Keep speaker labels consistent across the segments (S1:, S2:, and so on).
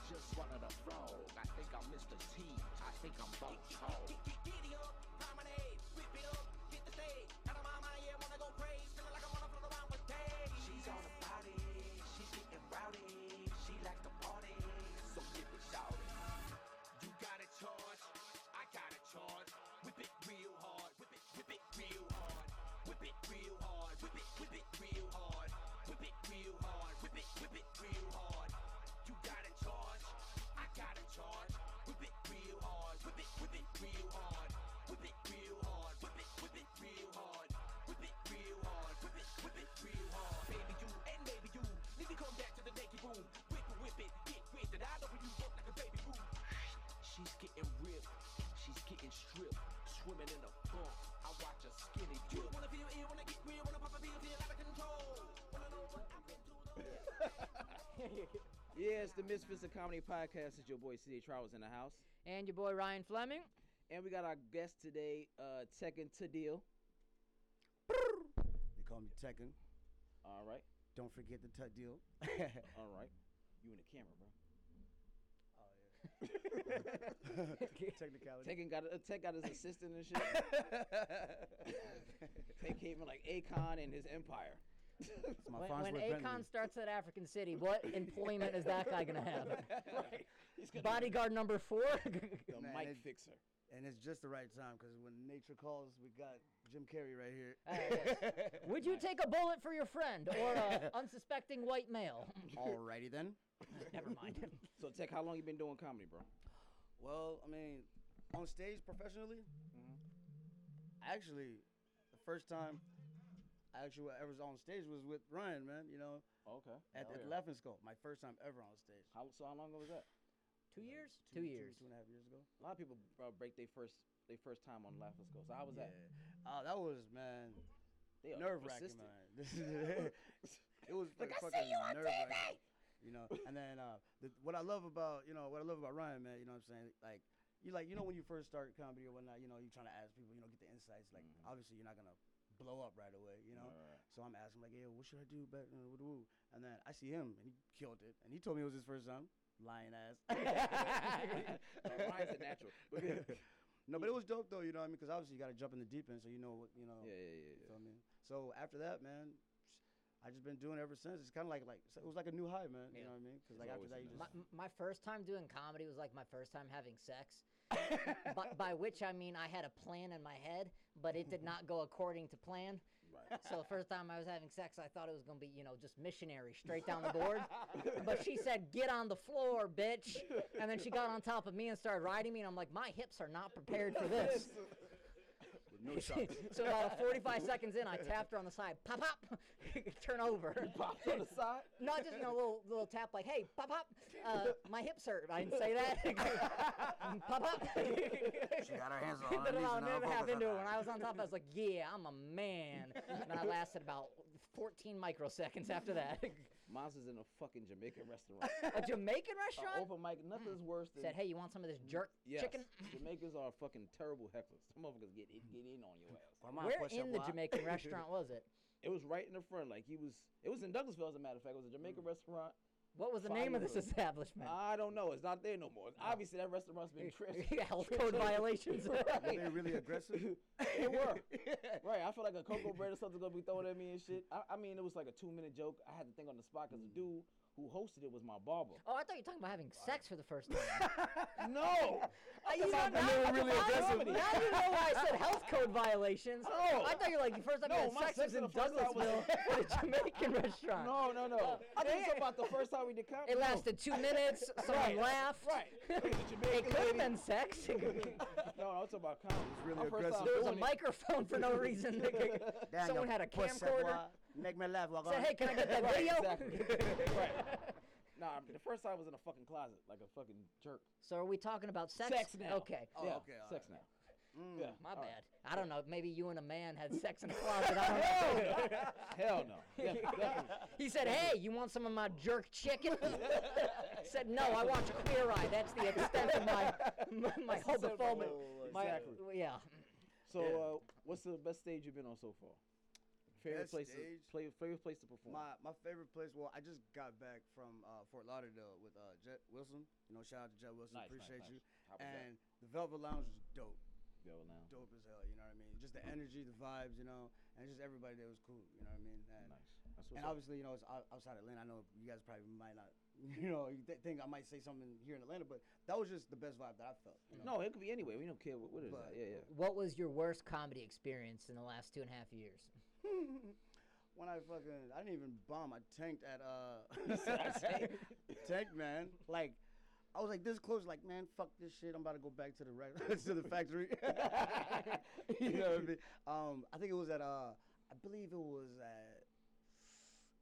S1: a frog. I think I'm Mr. T. I think I'm Bo Tall.
S2: Get, get, giddy up, promenade, whip it up, hit the stage. Out of my mind, yeah, wanna go crazy, feeling like I wanna float around for days.
S1: She's on the body. She's getting rowdy. She like the party. So give it shouty. You got to charge. I got to charge. Whip it real hard. Whip it, whip it real hard. Whip it real hard. Whip it, whip it real hard. Whip it real hard. Whip it, whip it real hard. You got to charge. I got to charge. Whip it real hard. Whip it, whip it real hard. Whip it real hard. Whip it, whip it real hard. Whip it real hard. Whip it, whip it real hard. Baby, you and baby you need to come back to the naked room. Whip it, whip it, get with it. I know you work like a baby boo. She's getting ripped. She's getting stripped. Swimming in the funk. I watch her skinny
S2: You
S1: dip.
S2: wanna feel ill, wanna get real, wanna pop a pill, feel out of control. Wanna know what I've been through, though.
S3: Yeah, it's the Misfits of Comedy podcast. It's your boy C.A. Travels in the house,
S4: And your boy Ryan Fleming.
S3: and we got our guest today, uh, Tekken Tadil.
S5: They call me Tekken.
S3: All right,
S5: Don't forget the Tut deal.
S3: all right. You in the camera, bro?
S5: Oh, Technicality.
S3: Tekken got uh, Tech got his assistant and shit. Tech came in like Akon and his empire.
S5: It's my
S4: When,
S5: Fonz
S4: when
S5: with
S4: Akon
S5: Bentley.
S4: starts at African City, what employment is that guy gonna have?
S3: He's gonna
S4: Bodyguard number four.
S3: the
S5: Man,
S3: mic
S5: it-
S3: fixer.
S5: and it's just the right time because when nature calls, we got Jim Carrey right here.
S4: Oh,
S3: Oh,
S4: Would you take a bullet for your friend or a unsuspecting white male?
S5: Alrighty then.
S4: Never mind.
S3: So Tech, how long you been doing comedy, bro?
S5: Well, I mean, on stage professionally, actually, the first time I actually ever was on stage was with Ryan, man. You know,
S3: Okay.
S5: at, at Laughing Skull, my first time ever on stage.
S3: How, so how long ago was that?
S4: Two years. Two,
S5: Two
S4: years.
S5: two and a half years ago.
S3: A lot of people bro, break their first their first time on Laugh Let's Go. So how was
S5: Yeah.
S3: that?
S5: Oh, that was man.
S3: They are
S5: nerve wracking,
S3: persistent.
S5: man. This is- it was like
S3: I see
S5: fucking
S3: you on
S5: nerve-wracking,
S3: TV.
S5: You know, and then uh, the, what I love about you know what I love about Ryan, man. You know what I'm saying? Like you like you know when you first start comedy or whatnot, you know you trying to ask people, you know, get the insights. Like obviously you're not gonna blow up right away, you know.
S3: Mm-hmm. Right, right.
S5: So I'm asking like, hey, what should I do better? Uh, woo, woo. And then I see him and he killed it, and he told me it was his first time. Lying ass.
S3: No, Ryan's a natural. But good.
S5: No, but it was dope though, you know what I mean? Because obviously you got to jump in the deep end, so you know what, you know.
S3: Yeah, yeah, yeah,
S5: You
S3: yeah.
S5: feel me? So after that, man, I just been doing it ever since. It's kind of like like it was like a new high, man. You know what I mean? Because like after
S3: always a
S5: that, you
S3: new
S5: just
S4: My, my first time doing comedy was like my first time having sex. by, by which I mean I had a plan in my head, but it did not go according to plan.
S3: Right.
S4: So the first time I was having sex, I thought it was going to be, you know, just missionary straight down the board. but she said, get on the floor, bitch. And then she got on top of me and started riding me. And I'm like, my hips are not prepared for this.
S5: no shots.
S4: so about 45 seconds in, I tapped her on the side. Pop, pop. Turn over.
S3: Popped on the side.
S4: No, just you know, a little little tap like, hey, pop pop, uh, my hips hurt. I didn't say that. pop pop. she
S5: got her hands on her
S4: But
S5: knees
S4: about a
S5: and her
S4: minute and a half
S5: elbows
S4: into it,
S5: up.
S4: when I was on top, I was like, yeah, I'm a man. And I lasted about 14 microseconds after that.
S3: Mine's is in a fucking Jamaican restaurant.
S4: a Jamaican
S3: Uh,
S4: restaurant
S3: open mic, nothing's worse than
S4: said, hey, you want some of this jerk
S3: yes.
S4: chicken?
S3: Jamaicans are fucking terrible hecklers. Some motherfuckers get in- get in on your ass.
S4: Where in the Jamaican restaurant was it?
S3: It was right in the front. Like he was. It was in Douglasville, as a matter of fact. It was a Jamaican
S5: Mm.
S3: restaurant.
S4: What was the name of this
S3: Finally.
S4: establishment?
S3: I don't know. It's not there no more.
S4: Oh.
S3: Obviously, that restaurant's been trashed.
S4: Health code violations.
S5: They're really aggressive.
S3: It were. right. I feel like a cocoa bread or something's gonna be thrown at me and shit. I, I mean, it was like a two minute joke. I had to think on the spot because the dude who hosted it was my barber.
S4: Hmm. Oh, I thought you were talking about having sex for the first time.
S3: No.
S4: you know,
S3: about
S4: now,
S3: the
S4: now,
S3: man really aggressive.
S4: now you know why I said health code violations.
S3: No.
S4: I thought you were like, the first time
S3: No,
S4: you had
S3: my
S4: sex
S3: sex
S4: was in
S3: for the first time was-
S4: Douglasville at a Jamaican restaurant.
S3: No, no, no. I think it's about the first time we did comedy.
S4: Oh.
S3: No.
S4: It lasted two minutes, someone
S3: Right.
S4: laughed.
S3: Right. It was a
S4: It
S3: Jamaican
S4: could have
S3: lady.
S4: been sex. there
S3: No, no, it's about comedy. It's
S5: really aggressive.
S4: was a microphone for no reason. someone had a camcorder.
S5: Make me laugh. Walk
S4: Said, hey, can I get that video?
S3: right. Nah, the first time I was in a fucking closet, like a fucking jerk.
S4: So are we talking about sex?
S3: Sex now.
S4: Okay.
S5: Oh,
S3: yeah,
S5: okay, all
S3: Sex
S5: right.
S3: now. Yeah.
S4: Mm, My
S3: all right.
S4: bad. I don't know. Maybe you and a man had sex in a closet. I don't know.
S3: Hell no. Yeah, definitely.
S4: He said, "Hey, you want some of my jerk chicken?" I said, "No, I watch Queer Eye. That's the extent of my my, my homophobic." My,
S3: Exactly.
S4: Yeah.
S3: So, uh, what's the best stage you've been on so far? Favorite
S5: Best
S3: place
S5: stage?
S3: to play. Favorite place to perform.
S5: My my favorite place. Well, I just got back from uh, Fort Lauderdale with uh, Jet Wilson. You know, shout out to Jet Wilson.
S3: Nice, nice,
S5: Appreciate
S3: nice.
S5: you.
S3: How was that?
S5: And the Velvet Lounge was dope,
S3: Go now.
S5: dope as hell. You know what I mean? Just the energy, the vibes. You know, and just everybody there was cool. You know what I mean? And,
S3: Nice. That's what's
S5: and
S3: up.
S5: obviously, you know, it's out- outside Atlanta. I know you guys probably might not, you know, you th- think I might say something here in Atlanta, but that was just the best vibe that I felt. You know?
S3: No, it could be anywhere. We don't care. What, what is that?
S5: But-
S3: Yeah, yeah.
S4: What was your worst comedy experience in the last two and a half years?
S5: when I fucking, I didn't even bomb. I tanked at uh,
S3: said
S5: tank man. Like, I was like this close. Like, man, fuck this shit. I'm about to go back to the rec- to the factory. you know what I mean? Um, I think it was at uh, I believe it was at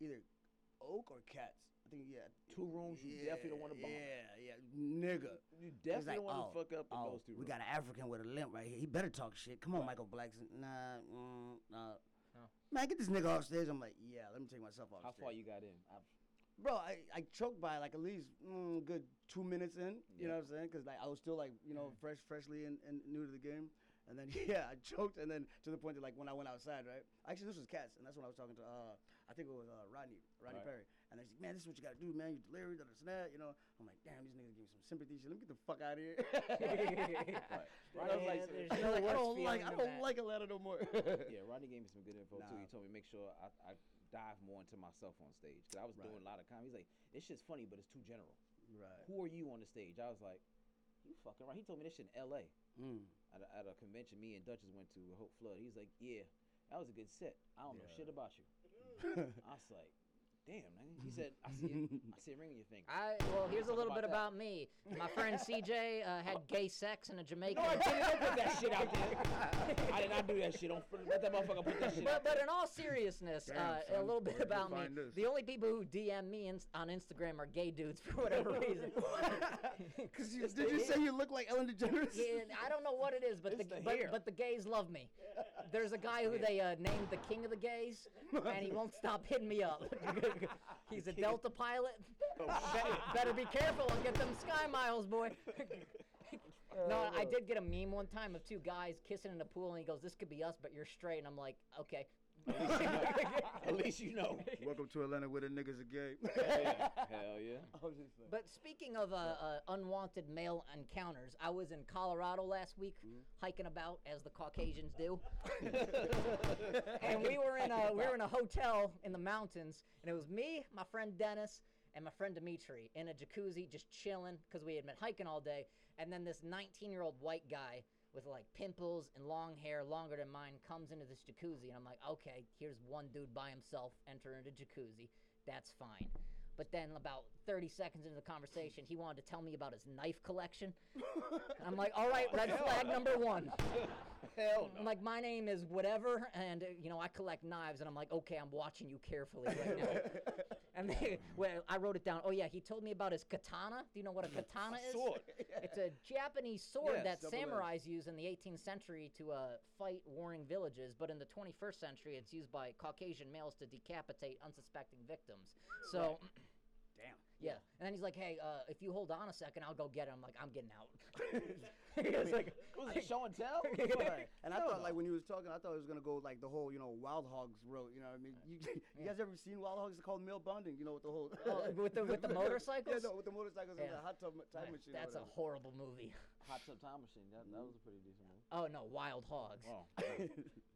S5: either Oak or Cats. I think yeah.
S3: Two rooms you definitely don't wanna bomb.
S5: Yeah, yeah, nigga.
S3: You definitely
S5: like,
S3: don't want to
S5: "Oh,
S3: fuck up with
S5: Oh,
S3: those two.
S5: we
S3: rooms.
S5: got an African with a limp right here. He better talk shit. Come on, Michael Blackson. Nah, mm, nah.
S4: No.
S5: Man, get this nigga off stage. I'm like, yeah, let me take myself off
S3: How
S5: stage.
S3: far you got in? I,
S5: Bro, I, I choked by like at least mm, good two minutes in.
S3: Yeah.
S5: You know what I'm saying? Because like I was still like you know fresh, freshly and, and new to the game. And then yeah, I choked. And then to the point that like when I went outside, right? Actually, this was cats, and that's when I was talking to uh I think it was uh, Rodney Rodney
S3: Right.
S5: Perry. And they said, man, this is what you gotta do, man. You delirious, da da da, da," You know? I'm like, damn, these niggas give me some sympathy shit. Let me get the fuck out of here.
S3: Rodney
S5: I was like,
S3: had- there's
S5: I was
S4: no
S5: like, I
S4: worse
S5: don't like,
S4: feeling
S5: I
S4: than
S5: don't
S4: that.
S5: like Atlanta no more.
S3: yeah, Rodney gave me some good info too.
S5: Nah.
S3: He told me make sure I, I dive more into myself on stage because I was
S5: Right.
S3: doing a lot of comedy. He's like, this shit's funny, but it's too general.
S5: Right.
S3: Who are you on the stage? I was like, you fucking right. He told me this shit in L.A.
S5: Mm.
S3: at a, at a convention me and Dutchess went to Hope Flood. He's like, yeah, that was a good set. I don't know shit about you. I was like, damn, man. He said, I see, it. I see a ring in your finger.
S4: I well, here's a
S3: Talk
S4: little
S3: about
S4: bit
S3: that.
S4: about me. My friend CJ uh, had gay sex in a Jamaican.
S3: No, I didn't. Don't put that shit out there. I did not do that shit. Don't put- let that motherfucker put that shit
S4: but,
S3: out
S4: but
S3: there.
S4: in all seriousnly,
S5: Damn,
S4: uh, a
S5: son.
S4: little
S5: Where'd
S4: bit
S5: you
S4: about me.
S5: find this?
S4: The only people who DM me in, on Instagram are gay dudes for whatever reason.
S5: Cause you, did you say you look like Ellen DeGeneres?
S4: Yeah, I don't know what it is, but the,
S3: It's the
S4: but,
S3: hair.
S4: but the gays love me. There's a guy who they uh, named the king of the gays, and he won't stop hitting me up. He's a Delta pilot. Be- better be careful and get them sky miles, boy. Uh, no, I did get a meme one time of two guys kissing in the pool, and he goes, "This could be us, but you're straight." And I'm like, "Okay."
S3: At least you know.
S5: Welcome to Atlanta where the niggas are gay.
S3: Yeah. Hell yeah.
S4: But speaking of uh, uh, unwanted male encounters, I was in Colorado last week hiking about as the Caucasians do, and we were in
S3: uh,
S4: a we were in a hotel in the mountains, and it was me, my friend Dennis, and my friend Dimitri in a jacuzzi just chilling because we had been hiking all day, and then this 19 year old white guy with like pimples and long hair longer than mine comes into this jacuzzi, and I'm like, okay, here's one dude by himself entering the jacuzzi, that's fine. But then, about 30 seconds into the conversation, he wanted to tell me about his knife collection. And I'm like, all right, red flag number one.
S3: Hell
S4: I'm like, my name is whatever, and uh, you know, I collect knives. And I'm like, okay, I'm watching you carefully right now. and they, well, I wrote it down. Oh yeah, he told me about his katana. Do you know what a katana is?
S3: Sword.
S4: It's a Japanese sword
S3: Yes,
S4: that
S5: double edged.
S4: samurais used in the 18th century to uh, fight warring villages, but in the 21st century, it's used by Caucasian males to decapitate unsuspecting victims. So.
S5: Damn.
S4: Yeah. And then he's like, hey, uh, if you hold on a second, I'll go get him. I'm like, I'm getting out. it's like,
S3: Was it show and tell?
S5: Right. And I thought, like, when you was talking, I thought it was gonna go like the whole, you know, Wild Hogs road. You know what I mean? You, you guys ever seen Wild Hogs? It's called male bonding. You know, with the whole
S4: Oh, with the- with the motorcycles?
S5: Yeah, no, with the motorcycles and
S4: Yeah.
S5: the hot tub ma- time
S4: "Man,
S5: machine. or
S4: that's a
S5: whatever.
S4: horrible movie.
S3: Hot Tub Time Machine. That, that was a pretty decent one.
S4: Oh, no, Wild Hogs.
S3: Oh.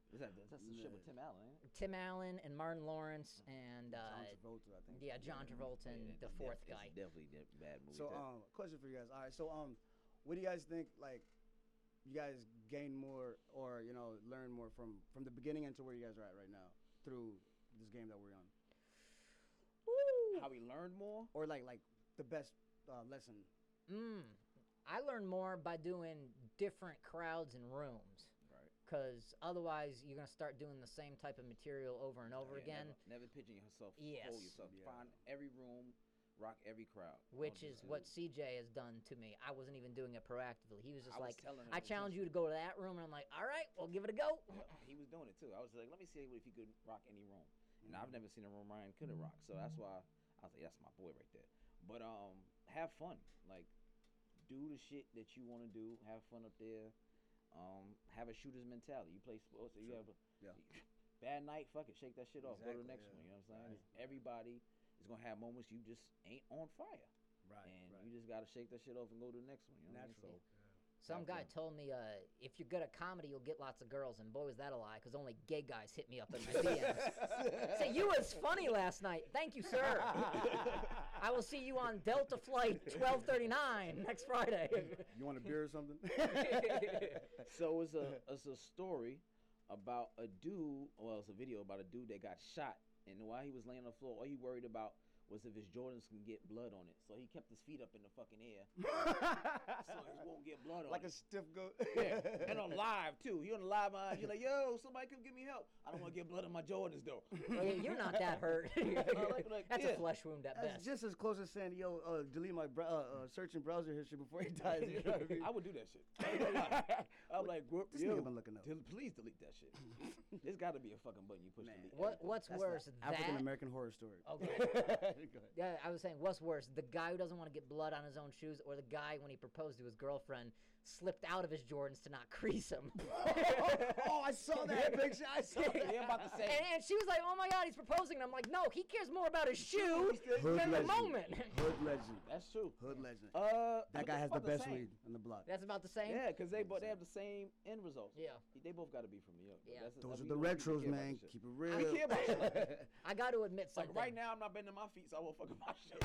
S3: Is that, that's the shit with Tim Allen, ain't it?
S4: Tim Allen and Martin Lawrence and, uh,
S5: John Travolta, I think.
S4: yeah, John Travolta and the fourth guy.
S3: definitely a bad movie.
S5: So, um, question for you guys. All right, so, um, what do you guys think? Like, you guys gain more, or you know, learn more from from the beginning into where you guys are at right now through this game that we're on,
S3: um, How he learned more?
S5: or like like the best uh, lesson.
S4: Mm. I learned more by doing different crowds and rooms.
S3: Right.
S4: Because otherwise, you're going to start doing the same type of material over and over
S3: Yeah,
S4: again.
S3: Never, never pigeon yourself. Hold
S4: Yes.
S3: yourself.
S5: Yeah.
S3: Find every room, rock every crowd.
S4: which
S3: Don't do
S4: is
S3: that.
S4: what CJ has done to me. I wasn't even doing it proactively. He was
S3: I
S4: just
S3: was
S4: like,
S3: telling him it
S4: I
S3: was
S4: challenge you to go to that room, and I'm like, all right, we'll give it a go.
S3: Yep, he was doing it too. I was like, let me see if he could rock any room. And I've never seen a room Ryan could
S5: Mm-hmm.
S3: have rocked. So that's why I was like, that's my boy right there. But um, have fun. Like, do the shit that you want to do. Have fun up there. Um, have a shooter's mentality. You play sports, so you
S5: Sure.
S3: have a
S5: Yeah.
S3: Bad night, fuck it, shake that shit off. go to the
S5: Exactly,
S3: next
S5: yeah.
S3: one. You know what I'm saying? Everybody is gonna have moments you just ain't on fire,
S5: Right.
S3: and you just gotta shake that shit off and go to the next one. You know what I mean? So,
S5: Natural.
S4: Some guy
S3: Gotcha.
S4: told me, uh, if you're good at comedy, you'll get lots of girls, and boy, was that a lie, because only gay guys hit me up in my DMs. Say, you was funny last night. Thank you, sir. I will see you on Delta Flight 1239 next Friday.
S5: You want a beer or something?
S3: so it's a it's a story about a dude. Well, it's a video about a dude that got shot, and while he was laying on the floor, all he worried about was if his Jordans can get blood on it. So he kept his feet up in the fucking air, so it won't get blood on
S5: like
S3: it.
S5: a stiff goat.
S3: yeah. And on live too. You're on the live line. You're like, yo, somebody come get me help. I don't want to get blood on my Jordans though.
S4: Oh, Yeah, you're not that hurt.
S3: like- like,
S4: That's
S3: yeah.
S4: a flesh wound at
S5: That's
S4: best.
S5: just as close as saying, yo, uh, delete my br- uh, uh, search and browser history before he dies. You know what I mean?
S3: I would do that shit. I'm like, "Whoop,
S5: This
S3: yo,
S5: nigga been looking up.
S3: del- please delete that shit. There's got to be a fucking button you push
S5: Man.
S3: delete.
S4: What
S3: everything.
S4: What's
S5: That's
S4: worse,
S5: the
S4: that?
S5: African American horror story.
S4: Okay. Yeah, I was saying, what's worse, the guy who doesn't want to get blood on his own shoes, or the guy when he proposed to his girlfriend slipped out of his Jordans to not crease him?
S5: oh, I saw that picture. I saw that.
S3: Yeah, I'm about to say.
S4: And, and she was like, "Oh my God, he's proposing." And I'm like, "No, he cares more about his shoe than the
S5: legend.
S4: moment."
S5: Hood legend.
S3: That's true.
S5: Hood legend.
S3: Uh, but
S5: that guy
S3: it's
S5: has the
S3: about
S5: best
S3: same.
S5: weed on the block.
S4: That's about the same.
S3: Yeah, because they both they have the same end results.
S4: Yeah.
S3: they both got to be from New York. but
S4: Yeah.
S3: that's just-
S5: Those
S3: I mean,
S5: are the
S3: you don't really
S5: retros,
S3: care about
S5: man.
S3: that shit.
S5: Keep it real.
S3: I care about shit.
S4: I got to admit something.
S3: Like right now, I'm not bending my feet, so I won't fuck with my shit.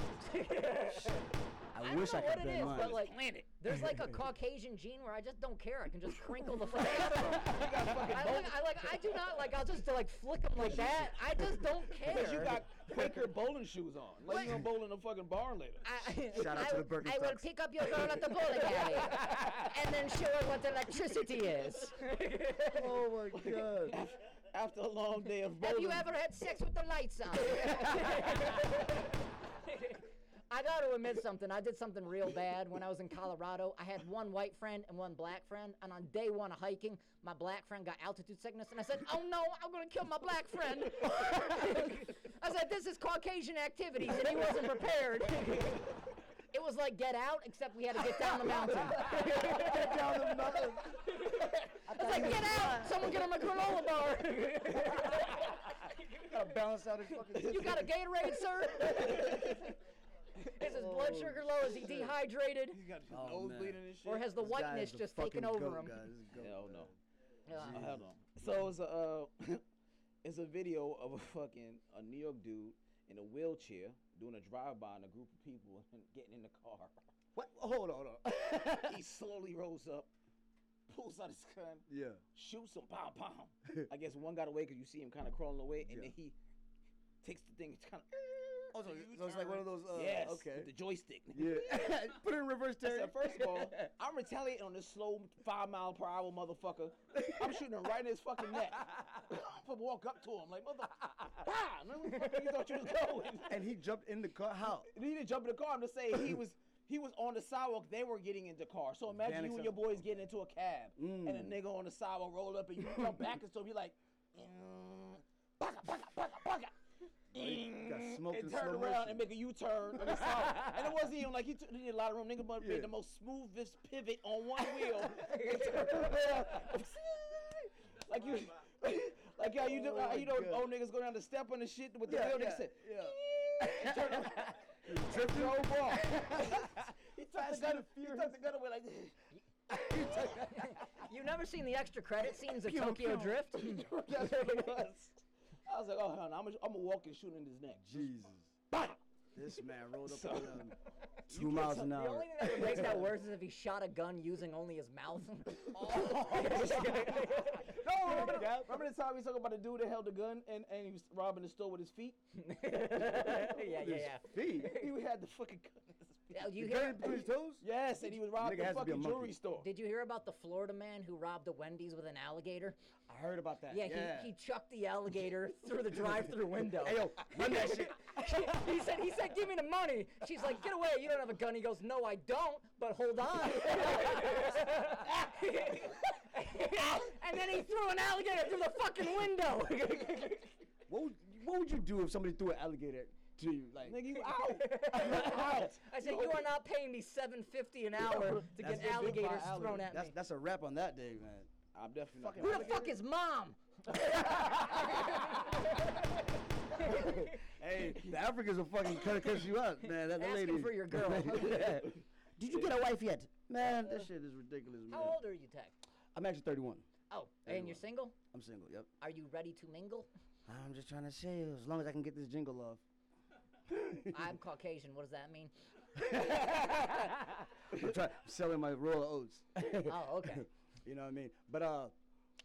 S4: I,
S5: I wish I
S4: don't know what it
S5: could bend
S4: is,
S5: mine.
S4: but like, there's like a Caucasian gene where I just don't care. I can just crinkle the fuck out of 'em. I like, I like, I do not like. I'll just like flick them like that. I just don't care.
S3: Because you got Quaker bowling shoes on. Like you gonna bowl in a fucking barn later.
S4: I,
S5: Shout out
S4: I
S5: to
S4: would-
S5: the
S4: I will
S5: Birkenstocks.
S4: pick up your girl at the bowling alley and then show her what electricity is.
S5: oh my god.
S3: After a long day of bowling.
S4: Have you ever had sex with the lights on? I gotta admit something. I did something real bad when I was in Colorado. I had one white friend and one black friend, and on day one of hiking, my black friend got altitude sickness, and I said, "Oh no, I'm gonna kill my black friend." I said, "This is Caucasian activities," and he wasn't prepared. It was like Get Out, except we had to get down the mountain.
S5: Get down the mountain.
S4: It's like Get Out! Someone get him a granola bar.
S5: Gotta balance out his fucking.
S4: You got a Gatorade, sir? Is his blood sugar low? Is he dehydrated?
S3: He's got his
S5: Oh,
S3: nose
S5: man.
S3: bleeding and shit.
S4: Or has the
S5: This guy is
S4: whiteness
S5: the
S4: just taken
S5: fucking
S4: over him?
S5: goat, guys. This is goat,
S3: Hell
S5: man.
S3: no.
S4: Yeah.
S3: Oh, hold on. So it's a uh, it's a video of a fucking a New York dude in a wheelchair doing a drive by on a group of people and getting in the car.
S5: What? Hold on, hold on.
S3: he slowly rolls up, pulls out his gun,
S5: yeah.
S3: shoots him, pow pow. I guess one got away because you see him kind of crawling away, and
S5: Yeah.
S3: then he takes the thing, kind of.
S5: Oh, so, so it's like one of those. Uh,
S3: yes, with
S5: Okay.
S3: the joystick. nigga.
S5: Yeah. Put it in reverse,
S3: I
S5: Terry.
S3: said, first of all, I'm retaliating on this slow five mile per hour motherfucker. I'm shooting him right in his fucking neck. I walk up to him like mother. Ah, where the fuck you thought you was going?
S5: and he jumped in the car. How?
S3: he didn't jump in the car. I'm just saying he was he was on the sidewalk. They were getting in the car. So imagine
S5: Van
S3: you and
S5: Exel-
S3: your boys getting into a cab, and a
S5: Mm.
S3: nigga on the sidewalk roll up, and you come back and so he like, mm, baka baka baka baka.
S5: Oh, he got
S3: mm,
S5: smoked
S3: and
S5: in
S3: turn
S5: slow
S3: around
S5: motion.
S3: and make a U-turn on the sidewalk. and it wasn't even like he took he did a lot of room. Nigga, but
S5: Yeah.
S3: made the most smoothest pivot on one wheel. and turned around. like you, like how you do,
S5: Oh
S3: how
S5: my
S3: you know
S5: God.
S3: old niggas go down the step on the shit with the wheel. Nigga said,
S5: yeah. Tripped
S3: no
S5: over.
S3: ball. he took the
S5: Fast
S3: gun.
S5: and
S3: He
S5: furious.
S3: took the gun away like this.
S4: You've never seen the extra credit scenes of Tokyo Drift?
S3: That's what it was. I was like, oh hell, no, I'm gonna I'm gonna walk and shoot in his neck.
S5: Jesus.
S3: Bam!
S5: This man rolled up
S3: So-
S5: on him two miles an
S4: The
S5: hour.
S4: only thing that would make that worse is if he shot a gun using only his mouth.
S5: Oh,
S3: No, remember, the, remember the time we talked about the dude that held the gun and, and he was robbing the store with his feet?
S4: yeah, yeah, yeah.
S5: Feet.
S3: He had the fucking gun. in his feet.
S4: Yeah, You
S5: You
S4: hear,
S5: got it between his toes?
S3: Yes, and he was robbing
S5: Nigga
S3: the
S5: has to be a
S3: fucking
S5: monkey.
S3: jewelry store.
S4: did you hear about the Florida man who robbed a Wendy's with an alligator?
S5: I heard about that.
S4: Yeah, He, he chucked the alligator through the drive-through window.
S5: Hey, yo, run that shit.
S4: he said, he said, give me the money. She's like, get away. You don't have a gun. He goes, no, I don't, but hold on. and then he threw an alligator through the fucking window.
S5: What would, what would you do if somebody threw an alligator at- to you? Like,
S3: Nigga, you out. You out.
S4: I said, you are not paying me seven fifty an hour to
S5: That's
S4: get
S5: been bit by
S4: alligators
S3: alligator.
S4: thrown at
S5: that's
S4: me.
S5: that's a wrap on that day, man.
S3: I'm definitely not.
S5: Fucking
S4: Who the fuck is mom?
S5: hey, the Africans will fucking cut, cut you up, man. That, that
S4: Asking
S5: lady.
S4: for your girl.
S5: Did you get a wife yet? Man, this shit is ridiculous, man.
S4: How old are you, Tech?
S5: I'm actually 31.
S4: Oh, and you're
S5: Everyone.
S4: single?
S5: I'm single. Yep.
S4: Are you ready to mingle?
S5: I'm just trying to say, as long as I can get this jingle off.
S4: I'm Caucasian. What does that mean?
S5: I'm, try- I'm selling my roll of oats.
S4: Oh, okay.
S5: you know what I mean? But uh,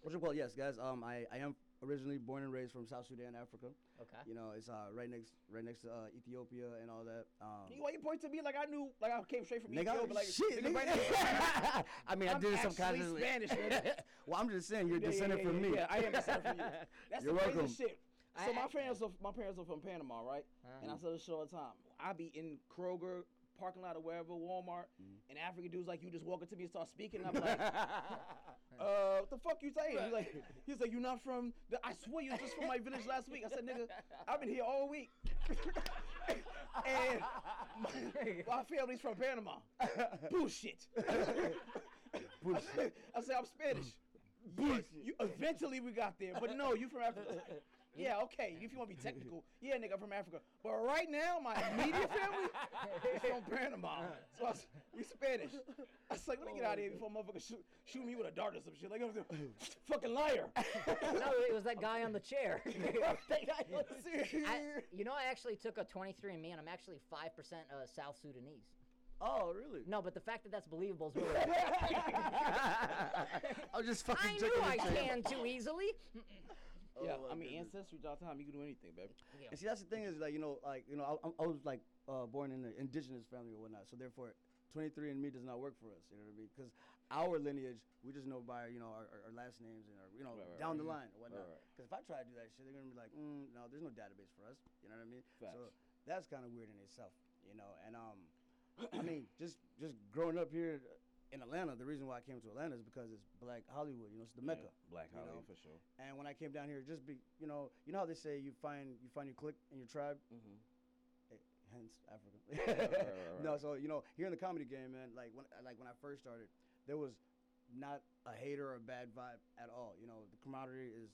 S5: what you call? Yes, guys. Um, I, I am originally born and raised from South Sudan, Africa.
S4: Okay.
S5: You know, it's uh right next right next to uh, Ethiopia and all that. Um,
S3: You, why you point to me like I knew, like I came straight from
S5: Nigga,
S3: Ethiopia? Like,
S5: shit,
S3: nigga, right there.
S5: nigga. I mean, I
S3: I'm
S5: did it some
S3: actually
S5: kind of
S3: Spanish, nigga.
S5: well, I'm just saying, you're
S3: Yeah, yeah,
S5: descended
S3: yeah,
S5: from
S3: yeah,
S5: me.
S3: yeah, I am descended from you. That's
S5: You're
S3: the craziest
S5: welcome.
S3: shit.
S4: I-
S3: So
S4: I-
S3: my parents are my parents are from Panama, right? And I
S4: Uh-huh.
S3: said this shit all the time. I be in Kroger parking lot or wherever, Walmart,
S5: Mm-hmm.
S3: and African dudes like you just walk up to me and start speaking. And I'm like, uh, what the fuck you saying? He's like, he's like, you not from? The, I swear you just from my village last week. I said, nigga, I've been here all week, and my, my family's from Panama. Bullshit.
S5: Bullshit. Mm.
S3: I said I'm Spanish. Yes, you, eventually we got there, but no, you from Africa. Yeah, okay. If you want to be technical, yeah, nigga, I'm from Africa. But right now, my immediate family is from Panama, so I was, we Spanish. I was like, let me get out of here before motherfucker shoot, shoot me with a dart or some shit. Like, I'm a fucking liar.
S4: No, it was that guy on the chair. I,
S3: I,
S4: you know, I actually took a 23andMe, and I'm actually 5% uh, South Sudanese.
S5: oh, really?
S4: No, but the fact that that's believable is really.
S5: I'm just fucking
S4: I knew
S5: joking
S4: I
S5: with you.
S4: can too easily.
S3: yeah,
S5: Oh,
S3: I
S5: my
S3: mean,
S5: goodness.
S3: ancestry.com, you can do anything, baby.
S5: And see, that's the thing is like you know, like you know, I, I'm- I was like uh, born in an indigenous family or whatnot, so therefore, 23andMe does not work for us. You know what I mean? Because our lineage, we just know by you know our, our- our last names and our you know
S3: Right, right,
S5: down
S3: right.
S5: the line or whatnot.
S3: Right, right.
S5: Because if I try to do that shit, they're gonna be like, mm, no, there's no database for us. You know what I mean? So
S3: Facts.
S5: that's kind of weird in itself. You know, and um, I mean, just just growing up here in Atlanta, the reason why I came to Atlanta is because it's Black Hollywood. You know, it's the mecca.
S3: Yeah, Black
S5: you
S3: Hollywood,
S5: know?
S3: for sure.
S5: And when I came down here, just be you know, you know how they say you find you find your clique and your tribe,
S3: Mm-hmm.
S5: eh, hence Africa.
S3: right, right, right,
S5: No,
S3: right.
S5: so you know, here in the comedy game, man, like when like when I first started, there was not a hater or a bad vibe at all. You know, the camaraderie is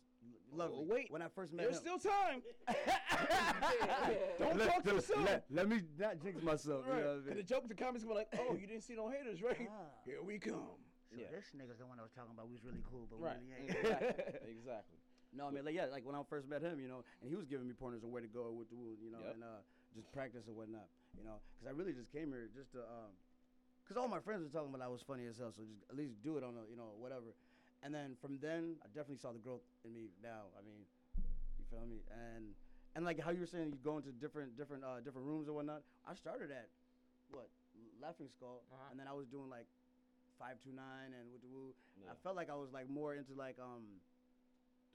S5: l- lovely.
S3: wait,
S5: when I first met
S3: There's still
S5: him,
S3: time. Mm-hmm. Don't
S5: Let-
S3: talk too
S5: let-
S3: soon.
S5: Let, let me not jinx myself.
S3: Right.
S5: You know what I
S3: And the
S5: mean?
S3: joke, the comments were like, "Oh, you didn't see no haters, right?
S5: Ah.
S3: Here we come."
S5: So this nigga's the one I was talking about. We was really cool, but
S3: Right.
S5: we really ain't.
S3: Exactly. exactly.
S5: No, I mean, like, yeah, like when I first met him, you know, and he was giving me pointers on where to go, what to do, you know,
S3: Yep.
S5: and uh, just practice and whatnot, you know, because I really just came here just to, um, because all my friends were talking about I was funny as hell, so just at least do it on a, you know, whatever. And then from then, I definitely saw the growth in me now. I mean, you feel me? And and like how you were saying, you go into different different uh, different rooms and whatnot. I started at what Laughing Skull,
S4: Uh-huh.
S5: and then I was doing like five two nine and what the woo.
S3: Yeah.
S5: I felt like I was like more into like um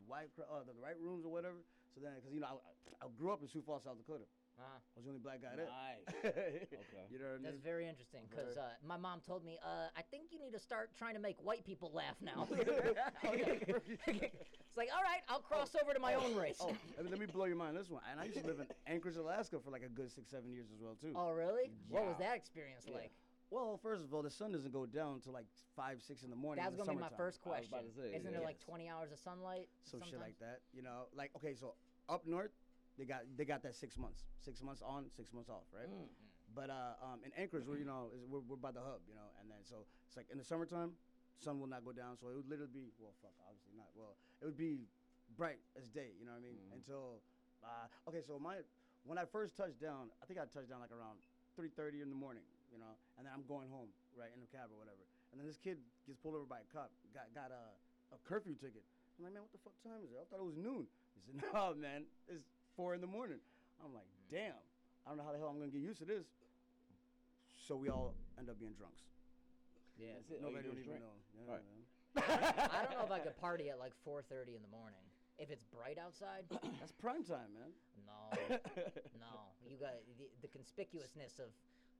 S5: the white cr- uh, the right rooms or whatever. So then, because you know, I, I I grew up in Sioux Falls, South Dakota.
S4: Uh,
S5: I was the only black guy there.
S3: Nice. Okay.
S5: You know what I
S4: that's
S5: mean?
S4: very interesting because uh, my mom told me, uh, I think you need to start trying to make white people laugh now.
S5: Oh,
S4: it's like, all right, I'll cross over to my own race.
S5: Oh, let me, let me blow your mind on this one. And I used to live in Anchorage, Alaska for like a good six, seven years as well, too.
S4: Oh, really? What was
S3: Yeah.
S4: that experience
S3: Yeah.
S4: like?
S5: Well, first of all, the sun doesn't go down till like five, six in the morning.
S4: That was
S5: in the
S4: gonna be my
S5: summertime.
S4: first
S3: I was
S4: question.
S3: about to say,
S4: Isn't there
S3: yeah.
S4: like 20 hours of sunlight?
S5: So shit
S4: sometimes?
S5: like that, you know, like okay, so up north, they got they got that six months, six months on, six months off,
S4: Mm.
S5: right?
S3: Hmm.
S5: But uh, um, in Anchorage, we're you know is, we're, we're by the hub, you know, and then so it's like in the summertime, sun will not go down, so it would literally be well, fuck, obviously not. Well, it would be bright as day, you know what I mean?
S3: Mhm.
S5: Until uh, okay, so my when I first touched down, I think I touched down like around three thirty in the morning, you know, and then I'm going home, right, in the cab or whatever, and then this kid gets pulled over by a cop, got got a a curfew ticket. I'm like, man, what the fuck time is it? I thought it was noon. He said, no, man, it's four in the morning. I'm like,
S3: Mm-hmm.
S5: damn, I don't know how the hell I'm gonna get used to this. So we all end up being drunks.
S3: Yeah, that's it. All oh, you
S5: Nobody
S3: do
S5: don't
S3: is
S5: even
S3: drink.
S5: know. Yeah,
S3: Alright.
S5: man.
S4: I don't know if I could party at like 4:30 in the morning if it's bright outside.
S5: That's prime time, man.
S4: no, no, you got the, the conspicuousness of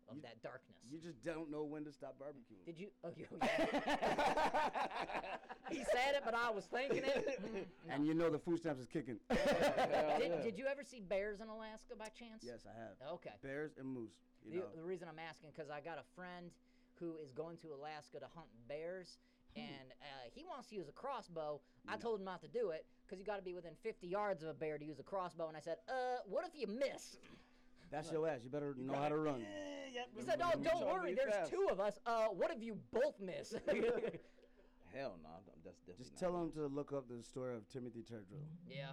S4: of
S5: You-
S4: that darkness.
S5: You just don't know when to stop barbecuing.
S4: Did you? Oh, you he said it, but I was thinking it. Mm,
S5: And you know the food stamps is kicking.
S4: no.
S3: Hell
S4: did,
S3: yeah.
S4: did you ever see bears in Alaska by chance?
S5: yes, I have.
S4: Okay.
S5: Bears and moose. You
S4: The,
S5: know.
S4: the reason I'm asking because I got a friend who is going to Alaska to hunt bears,
S5: Hmm.
S4: and uh, he wants to use a crossbow. I told him not to do it because you got to be within 50 yards of a bear to use a crossbow. And I said, uh, what if you miss?
S5: That's your ass. You better know how to run.
S4: He said, no,
S3: Remember,
S4: don't
S3: totally
S4: worry. There's
S3: fast.
S4: two of us. Uh, what if you both miss?
S3: Hell no, I'm- that's definitely
S5: Just
S3: not
S5: tell him to look up the story of Timothy Treadwell.
S4: yeah.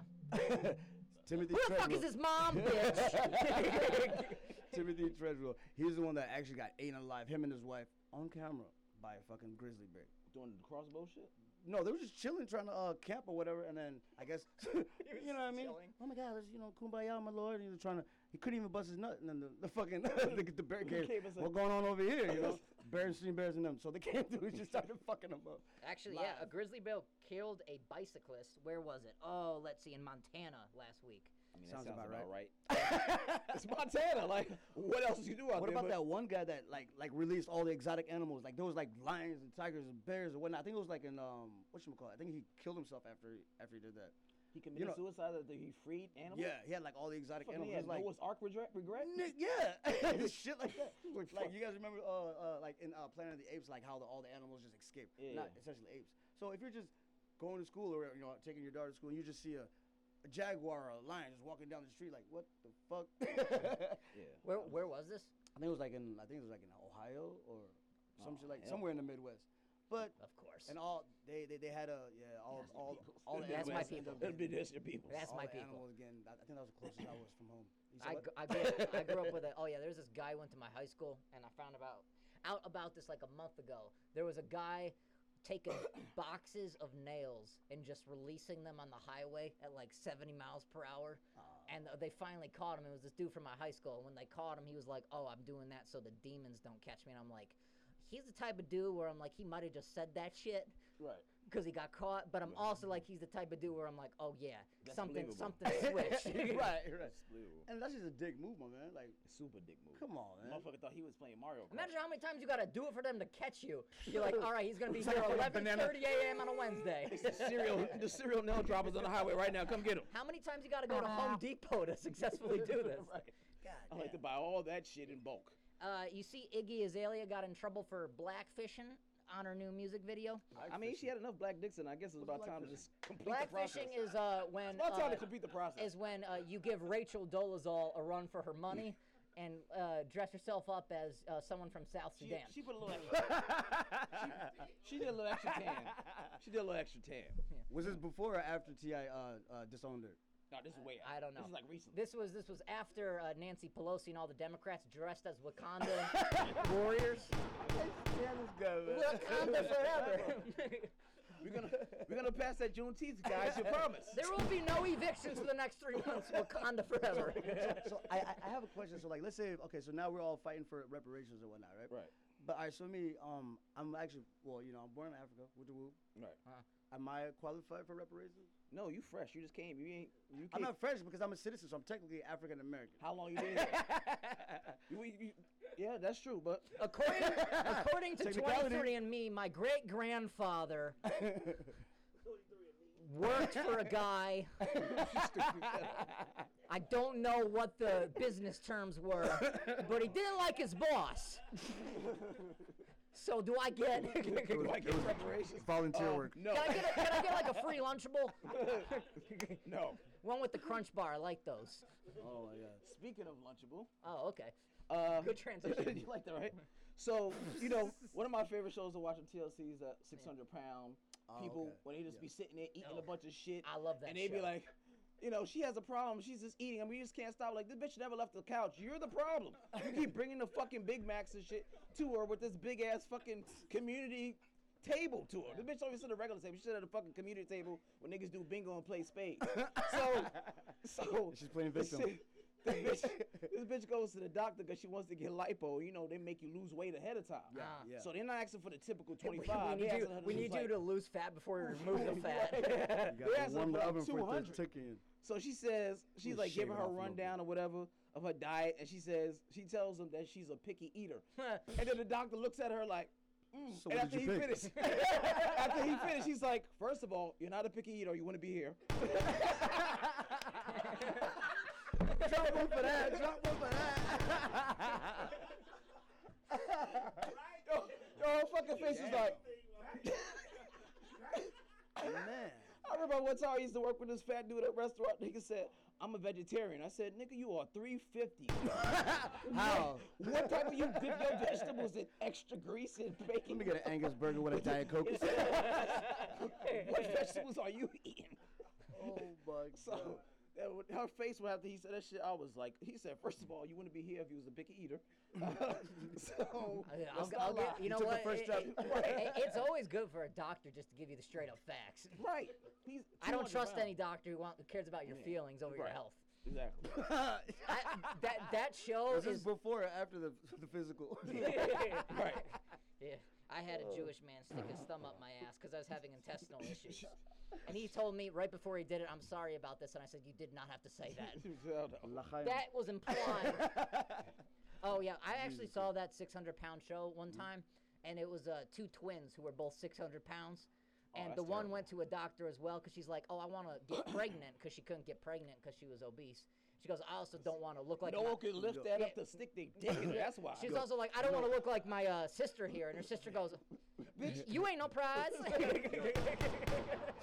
S5: Timothy
S4: Who the
S5: Treadwell.
S4: fuck is his mom, bitch?
S5: Timothy Treadwell. He's the one that actually got eaten alive. Him and his wife on camera by a fucking grizzly bear.
S3: doing the crossbow shit.
S5: No, they were just chilling, trying to uh, camp or whatever, and then I guess you know what I mean.
S4: chilling.
S5: Oh my God, let's you know, kumbaya, my lord. And he was trying to, he couldn't even bust his nut, and then the, the fucking the, the bear came.
S3: came and said-
S5: What's going on over here? You know, bears, seen bears, and them. So they came through and just started fucking them up.
S4: Actually, yeah, a grizzly bear killed a bicyclist. Where was it? Oh, let's see, in Montana last week.
S3: I mean,
S5: Sounds
S3: that sounds
S5: about
S3: about, right. it's Montana. Like, what else you do out there?
S5: What about
S3: but-
S5: that one guy that like like released all the exotic animals? Like there was like lions and tigers and bears and whatnot. I think it was like in um what call I think he killed himself after he, after he did that.
S3: He committed
S5: know-
S3: suicide after he freed animals.
S5: Yeah, he had like all the exotic
S3: Fucking he
S5: animals. He
S3: had
S5: was like,
S3: Noah's Ark regret. regret?
S5: Ni- yeah, shit like that.
S3: Like,
S5: Like
S3: fuck.
S5: you guys remember, uh, uh like in uh, Planet of the Apes, like how the, all the animals just escape,
S3: Yeah,
S5: not
S3: yeah.
S5: essentially apes. So if you're just going to school or you know taking your daughter to school and you just see a, a jaguar or a lion just walking down the street, like what the fuck? I
S3: yeah.
S4: Where where was this?
S5: think it was like in I think it was like in Ohio or some shit like
S3: Ohio.
S5: somewhere in the Midwest. But
S4: Of course.
S5: and all they they, they had a yeah all all all the
S4: That's my people.
S5: animals ended up getting-
S3: That's your people.
S4: That's
S5: all
S4: my
S5: the
S4: people.
S5: Animals again. I I think that was the closest I was from home. You said
S4: I,
S5: what?
S4: gr- I, grew up, I grew up with a. Oh yeah, there's this guy went to my high school, and I found about out about this like a month ago. There was a guy taking boxes of nails and just releasing them on the highway at like 70 miles per hour. And th- they finally caught him. It was this dude from my high school. And when they caught him, he was like, "Oh, I'm doing that so the demons don't catch me." And I'm like, he's the type of dude where I'm like, he might have just said that shit
S3: Right.
S4: because he got caught. But I'm also like, he's the type of dude where I'm like, oh yeah,
S3: That's
S4: something
S3: believable.
S4: something switched.
S5: right, right.
S3: It's believable.
S5: And that's just a dick move, my man. Like,
S3: Super dick move.
S5: come on, man.
S3: Motherfucker thought he was playing Mario Kart.
S4: Imagine how many times you gotta do it for them to catch you. You're like, all right, he's gonna be
S5: It's like
S4: here
S5: a fucking
S4: 11:30 a.m. on a Wednesday.
S3: serial, the serial nail droppers on the highway right now. Come get him.
S4: How many times you gotta go to Home Depot to successfully do this?
S3: I like to buy all that shit in bulk.
S4: Uh, you see, Iggy Azalea got in trouble for blackfishing on her new music video.
S3: I mean, she had enough black dicks, and I guess it was about time to just complete the process.
S4: Blackfishing is uh, when
S3: About time
S4: uh,
S3: to complete the process.
S4: is when uh, you give Rachel Dolezal a run for her money and uh, dress yourself up as uh, someone from South
S3: she,
S4: Sudan.
S3: she put a little extra. she, she did a little extra tan. She did a little extra tan.
S5: Was this before or after Ti uh, uh, disowned her?
S3: No, this is way out.
S4: I don't know.
S3: This is like recently.
S4: This was this was after uh, Nancy Pelosi and all the Democrats dressed as Wakanda warriors.
S5: Yeah, this guy,
S4: Wakanda forever.
S3: We're gonna we're gonna pass that Juneteenth, guys. You promise.
S4: there will be no evictions for the next three months. Wakanda forever.
S5: so I, I- I have a question. So like, let's say okay, so now we're all fighting for reparations and whatnot, right?
S3: Right.
S5: But all right, so me, um, I'm actually well, you know, I'm born in Africa with the woo.
S3: Right.
S5: Am I qualified for reparations?
S3: No, you fresh. You just came. You ain't. You
S5: I'm
S3: came.
S5: not French because I'm a citizen, so I'm technically African American.
S3: How long you been here? You- you- you- yeah, that's true. But
S4: According, according to
S5: Technicality.
S4: 23andMe, my great grandfather worked for a guy. I don't know what the business terms were, but he didn't like his boss. So do I get?
S5: It was-
S3: do I
S5: it
S3: get
S5: was
S3: reparations?
S5: volunteer
S3: Um,
S5: work.
S3: No.
S4: Can I get, a, can I get like a free Lunchable?
S3: no.
S4: One with the Crunch Bar. I like those.
S5: Oh my God.
S3: Speaking of Lunchable,
S4: Oh, okay.
S3: uh,
S4: Good transition.
S3: you like that, right? So, you know, one of my favorite shows to watch on TLC is uh, 600 Pound.
S5: Oh,
S3: People,
S5: okay.
S3: when they just be sitting there eating
S4: No.
S3: a bunch of shit.
S4: I love that
S3: And they
S4: show.
S3: be like, you know, she has a problem. She's just eating. I mean, you just can't stop. Like, this bitch never left the couch. You're the problem. You keep bringing the fucking Big Macs and shit to her with this big ass fucking community table to her. The bitch always sit at a regular table. She sit at a fucking community table where niggas do bingo and play spades. so, so.
S5: She's playing
S3: this
S5: victim.
S3: shit- this bitch, this bitch goes to the doctor because she wants to get lipo. You know, they make you lose weight ahead of time.
S4: Ah.
S5: yeah.
S3: So they're not asking for the typical 25.
S4: We- we need,
S3: They're
S4: you,
S3: asking her
S4: we
S3: lose,
S4: need
S3: like-
S4: you to lose fat before we remove the fat.
S5: You
S3: They're
S5: got to
S3: asking
S5: warm the
S3: for
S5: oven for it to
S3: 200.
S5: tick in.
S3: So she says she's
S5: Ooh,
S3: like
S5: shave
S3: giving
S5: it
S3: her
S5: off a little
S3: rundown or whatever of her diet, and she says she tells him that she's a picky eater, and then the doctor looks at her like. Mm.
S5: So
S3: and
S5: what
S3: after
S5: did
S3: he
S5: you pick?
S3: finished, after he finished, he's like, first of all, you're not a picky eater. You want to be here.
S5: Drop one for that. Drop one for that.
S3: Your whole fucking face is like.
S5: Man.
S3: I remember one time I used to work with this fat dude at a restaurant. Nigga said, I'm a vegetarian. I said, nigga, you are 350.
S5: How?
S3: what type of you dip your vegetables in extra grease and bacon?
S5: Let me get an Angus burger with a Diet Coke.
S3: Oh, what vegetables are you eating?
S5: oh my
S3: So that would, her face when after he said that shit, I was like, he said, first of all, you wouldn't be here if you was a big eater. so
S4: I- I'll,
S3: let's
S4: g-
S3: not
S4: I'll
S3: lie.
S4: get, you know
S5: took the
S4: what?
S5: first
S4: it-
S5: step.
S4: it- it- it's always good for a doctor just to give you the straight up facts.
S3: right. He's
S4: I don't
S3: 200
S4: trust
S3: pounds.
S4: any doctor who, want, who cares about your
S3: Yeah,
S4: feelings over your
S3: right.
S4: health.
S3: Exactly.
S5: god.
S4: I, that that show
S5: Was this
S4: is
S5: before or after the, the physical?
S3: right.
S4: Yeah, I had a Jewish man stick his thumb up my ass because I was having intestinal issues. And he told me right before he did it, I'm sorry about this. And I said, You did not have to say that.
S3: Hell no.
S5: L'chaim.
S4: that was implying. oh, yeah. I actually saw that 600 pound show one
S3: Mm-hmm.
S4: time. And it was uh, two twins who were both 600 pounds.
S3: Oh,
S4: And
S3: that's
S4: the one
S3: terrible.
S4: went to a doctor as well because she's like, Oh, I want to get pregnant because she couldn't get pregnant because she was obese. She goes, I also don't want to look like
S3: no
S4: my-
S3: one can lift that up to stick their dick in. That's why.
S4: She's also like, I don't want to look like my uh, sister here, and her sister goes, "Bitch, you ain't no prize."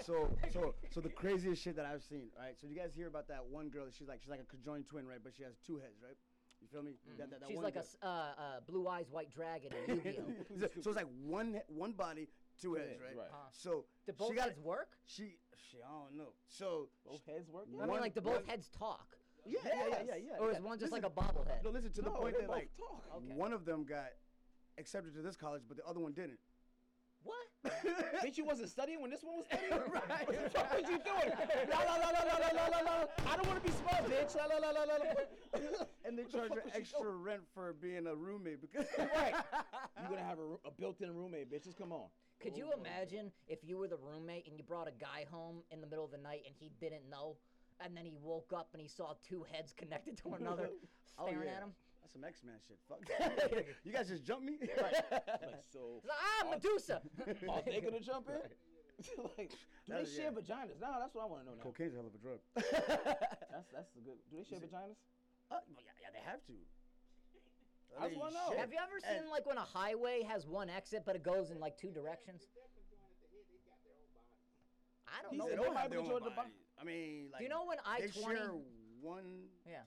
S5: So, so, so the craziest shit that I've seen, right? So you guys hear about that one girl? She's like, she's like a conjoined twin, right? But she has two heads, right? You feel me? That, that, that
S4: She's
S5: one
S4: like a
S5: girl.
S4: s- uh, uh, blue eyes white dragon in Yu-Gi-Oh.
S5: so it's like one he- one body, two heads,
S3: heads,
S5: right?
S3: right.
S4: Uh,
S5: So
S4: Do both
S5: she got
S4: heads work?
S5: she she I don't know. So
S3: Both heads work.
S4: I mean,
S5: one-
S4: like, do both
S5: one-
S4: heads talk,
S5: yeah, yeah, yeah, yeah, yeah.
S4: or is
S5: yeah.
S4: one just like
S5: Listen-
S4: a bobblehead?
S5: No, listen to the
S3: No,
S5: point
S3: they
S5: that
S3: both
S5: like
S3: talk.
S4: Okay.
S5: one of them got accepted to this college, but the other one didn't.
S4: What?
S3: Bitch, you wasn't studying when this one was studying. right. What the fuck was you doing? La la la la la la la la la. I don't want to be smart, bitch. La la la la la la.
S5: And they
S3: What the
S5: charge
S3: fuck
S5: her
S3: was she
S5: extra rent for being a roommate because
S3: right. You're gonna have a, roo- a built-in roommate, bitches. Come on.
S4: Could you imagine if you were the roommate and you brought a guy home in the middle of the night and he didn't know, and then he woke up and he saw two heads connected to another,
S5: Oh,
S4: staring
S5: yeah.
S4: at him?
S5: That's some X Man shit. Fuck that. you guys just jumped me.
S3: Like so.
S4: He's like, ah, Medusa.
S3: Are they Oh, gonna jump in? like, do they
S5: That's-
S3: share
S5: yeah.
S3: vaginas? Nah, that's what I want to know now. Uh,
S5: Cocaine's a hell of a drug.
S3: That's that's the good. Do they share
S5: Is it-
S3: vaginas?
S5: Uh, well, yeah, yeah, they have to.
S3: I just wanna know.
S5: shit.
S4: Have you ever seen
S5: And-
S4: like when a highway has one exit but it goes in like two directions? I don't
S3: He
S4: know.
S3: said,
S5: They
S3: no
S5: don't
S4: what-
S5: have
S3: hybrid
S5: their own
S3: Jordan
S5: body. I mean, like,
S4: Do you know when I
S5: they
S4: twenty?
S5: share one.
S4: Yeah.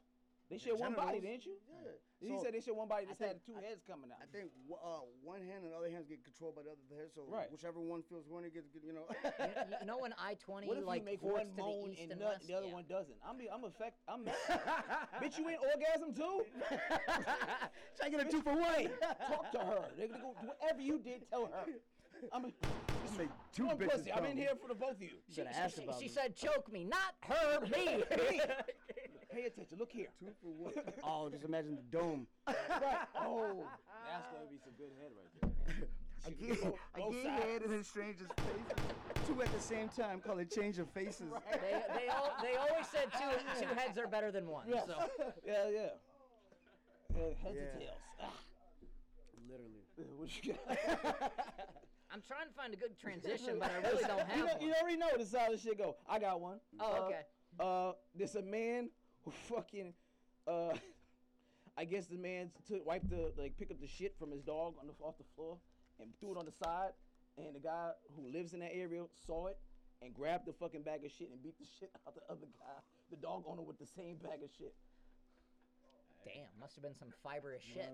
S3: They
S5: their
S3: share one body,
S5: genitals.
S3: didn't you?
S5: Yeah.
S3: he
S5: So,
S3: said they share one body. Just had
S5: think-
S3: two
S5: I-
S3: heads coming out.
S5: I think w- uh, one hand and the other hands get controlled by the other hand, so
S3: Right.
S5: whichever one feels horny gets, you know.
S4: You kn- you know when I twenty
S3: What if
S4: like
S3: you make
S4: forks
S3: one
S4: to the
S3: moan
S4: east
S3: and,
S4: and,
S3: nut
S4: west?
S3: and the other
S4: Yeah.
S3: one doesn't? I'm be, I'm affect. I'm mad. bitch, you ain't orgasm too?
S5: Try to get a
S3: Bitch,
S5: two for one.
S3: Talk to her. They're gonna go whatever you did. Tell her. I'm a,
S5: Just make two
S3: one
S5: bitches
S3: pussy. I'm in
S5: come.
S3: here for the both of you.
S5: You better ask
S4: She,
S5: about
S4: she
S5: me.
S4: said, "Choke me, not her, me."
S3: Pay attention. Look here.
S5: two for one. oh, just imagine the dome.
S3: Right. Oh, that's gonna be some good head right
S5: I
S3: there.
S5: get,
S3: Both-
S5: I
S3: both
S5: get
S3: sides.
S5: head and it changes faces. two at the same time, call it change of faces.
S4: they, they, all, they always said two two heads are better than one.
S3: Yeah.
S4: So
S3: yeah, yeah. Uh, heads
S5: Yeah.
S3: or tails. Ah,
S5: Literally.
S3: what you got?
S4: I'm trying to find a good transition, but I really don't
S3: you,
S4: have
S3: know- you
S4: one.
S3: already know this is how this shit go. I got one.
S4: Oh,
S3: Uh,
S4: okay.
S3: Uh, there's a man who fucking, uh, I guess the man took wiped the like pick up the shit from his dog on the off the floor and threw it on the side, and the guy who lives in that area saw it and grabbed the fucking bag of shit and beat the shit out the other guy, the dog owner with the same bag of shit.
S4: Damn, must have been some fibrous shit.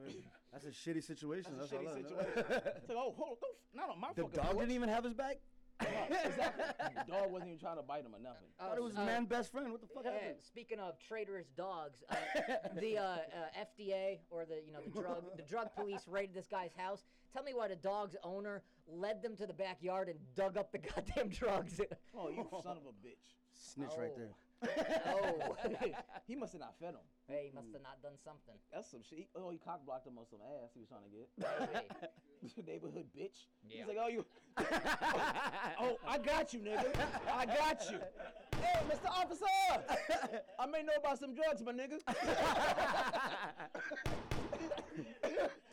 S5: That's a shitty situation.
S3: That's
S5: That's,
S3: a
S5: all
S3: shitty
S5: I know.
S3: situation. It's like, oh, hold on, don't, f- not on my
S5: The
S3: fucking
S5: dog
S3: floor.
S5: didn't even have his back.
S3: Right, exactly. the dog wasn't even trying to bite him or nothing.
S4: Oh,
S5: Thought it was
S4: uh,
S5: man best friend. What the fuck
S4: Yeah,
S5: happened?
S4: speaking of traitorous dogs, uh, the uh, uh, FDA or the you know the drug the drug police raided this guy's house. Tell me why the dog's owner led them to the backyard and dug up the goddamn drugs.
S3: Oh, you son of a bitch.
S5: Snitch right there.
S4: oh,
S3: he must have not fed him.
S4: hey, he must have not done something.
S3: That's some shit. he- Oh, he cock blocked him on some ass he was trying to
S4: Hey,
S3: get. Neighborhood bitch.
S4: Yeah.
S3: He's like, oh, you. oh, I got you, nigga. I got you. Hey, Mr. Officer. I may know about some drugs, my nigga. Oh.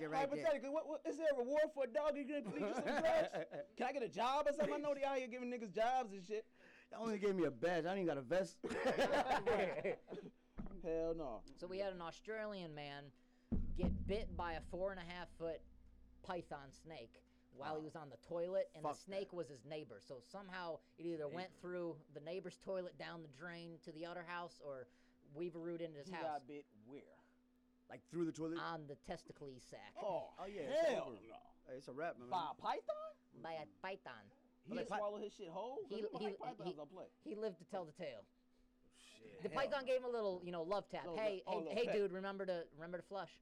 S5: They're right there.
S3: Hypothetically, what, what, is there a reward for a dog who's gonna lead you some drugs? Can I get a job or something? I know they out here giving niggas jobs and shit.
S5: Y'all only gave me a badge. I ain't got a vest.
S3: Hell no.
S4: so we had an Australian man get bit by a four and a half foot python snake. while he was on the toilet, and
S5: Fuck
S4: the
S5: that.
S4: snake was his neighbor. So somehow it either went through the neighbor's toilet down the drain to the other house, or weaver rooted into his
S3: He
S4: house
S3: got bit where?
S5: Like through the toilet.
S4: on the testicles sack
S3: Uh, Oh,
S5: Oh, yeah, it's
S3: hell
S5: over.
S3: no.
S5: Hey, it's a wrap, man.
S3: By a python?
S4: by a python.
S3: He
S5: Like
S3: didn't
S5: pi-
S3: swallow his shit whole. 'Cause
S4: He-
S3: them
S4: he-
S3: like
S4: he-
S3: pythons
S4: he-
S3: don't play.
S4: He lived to tell the tale.
S5: Shit.
S4: The
S3: Hell
S4: python gave him a little, you know, love tap.
S3: Little
S4: hey,
S3: bit- oh, little
S4: hey, hey,
S3: peck.
S4: dude, remember to remember to flush.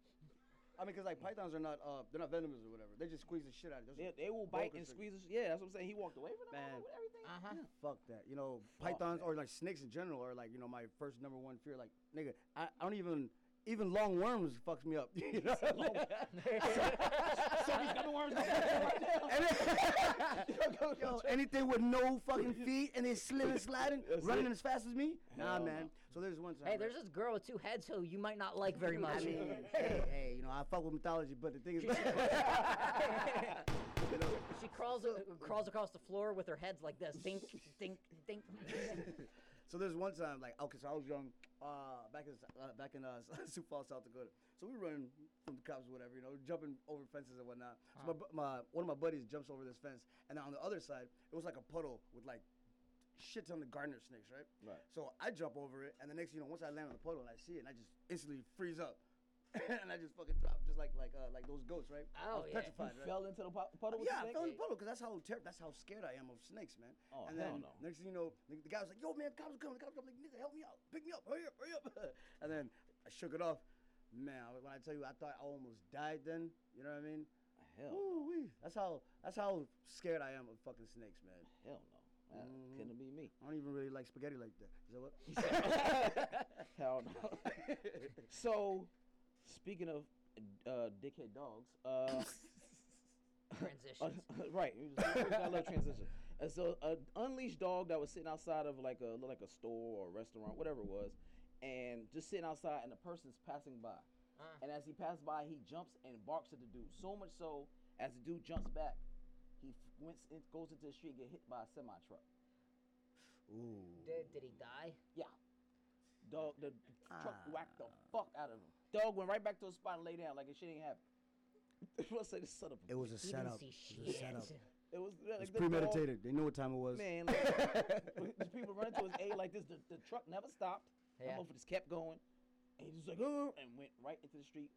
S5: I mean, cause like pythons are not uh, they're not venomous or whatever. They just squeeze the shit out of you.
S3: They, they will
S5: broke
S3: bite and
S5: his thing.
S3: squeeze. His, yeah, that's what I'm saying. He walked away from them
S5: Man. Ah,
S3: all, with everything.
S4: Uh huh.
S5: Fuck that. You know,
S3: Fuck
S5: pythons
S3: that.
S5: or like snakes in general are like, you know, my first number one fear. Like, nigga, I, I don't even, even long worms fucks me up. You know?
S3: so he's got the worms right now.
S5: And then- yo, anything with no fucking feet and they slid and sliding,
S3: That's
S5: running
S3: it.
S5: as fast as me? Nah,
S3: Hell
S5: man.
S3: no.
S5: So there's one time.
S4: Hey,
S5: right?
S4: there's this girl with two heads who you might not like very much.
S5: I mean, hey, hey, you know, I fuck with mythology, but the thing is, you know,
S4: she crawls a- crawls across the floor with her heads like this. Dink, dink, dink.
S5: So there's one time, like, okay, so I was young, uh, back in uh, back in uh, Sioux Falls, South Dakota. So we were running from the cops or whatever, you know, jumping over fences and whatnot.
S3: Ah.
S5: So my, bu- my one of my buddies jumps over this fence, and then on the other side, it was like a puddle with like shit ton of gardener snakes, right?
S3: Right.
S5: So I jump over it, and the next, you know, once I land on the puddle and I see it, and I just instantly freeze up, and I just fucking drop, just like like uh, like those goats, right? I
S4: Oh,
S5: was
S4: yeah.
S5: petrified, right? Ah,
S3: Fell into the pu- puddle with
S5: Yeah,
S3: the
S5: I fell in
S3: snake.
S5: the puddle because that's how ter- that's how scared I am of snakes, man.
S3: Oh,
S5: and
S3: hell
S5: then
S3: no.
S5: next thing you know, the, the guy was like, "Yo, man, the cops are coming! The cops are coming!" Like, nigga, help me out! Pick me up! Hurry up! Hurry up! and then I shook it off. Man, I- when I tell you, I thought I almost died. Then you know what I mean?
S3: Hell,
S5: Woo-wee. That's how that's how scared I am of fucking snakes, man.
S3: hell no. That
S5: Mhm.
S3: couldn't be me.
S5: I don't even really like spaghetti like that. Is that what?
S3: Hell no. so, speaking of uh, dickhead dogs, uh, uh,
S4: Transitions.
S3: right? we just- we got a little transition. And so, an unleashed dog that was sitting outside of like a like a store or a restaurant, whatever it was, and just sitting outside, and the person's passing by,
S4: Uh.
S3: and as he passed by, he jumps and barks at the dude. So much so, as the dude jumps back, he f- went, it goes into the street, and get hit by a semi truck.
S5: Ooh.
S4: Did, did he die?
S3: Dog, the truck whacked the
S5: Ah.
S3: fuck out of him. Dog went right back to his spot and lay down like it shit ain't happened. I said, this son of a.
S5: It was a
S4: He didn't
S5: setup.
S4: see
S5: It was a
S4: shit.
S5: setup.
S3: It was,
S5: It was
S3: like, the dog-
S5: premeditated. They knew what time it was.
S3: Man, like, the people running to his aid like this. The, the truck never stopped.
S4: Yeah.
S3: The motherfucker just kept going. And he just like, "Ugh," and went right into the street.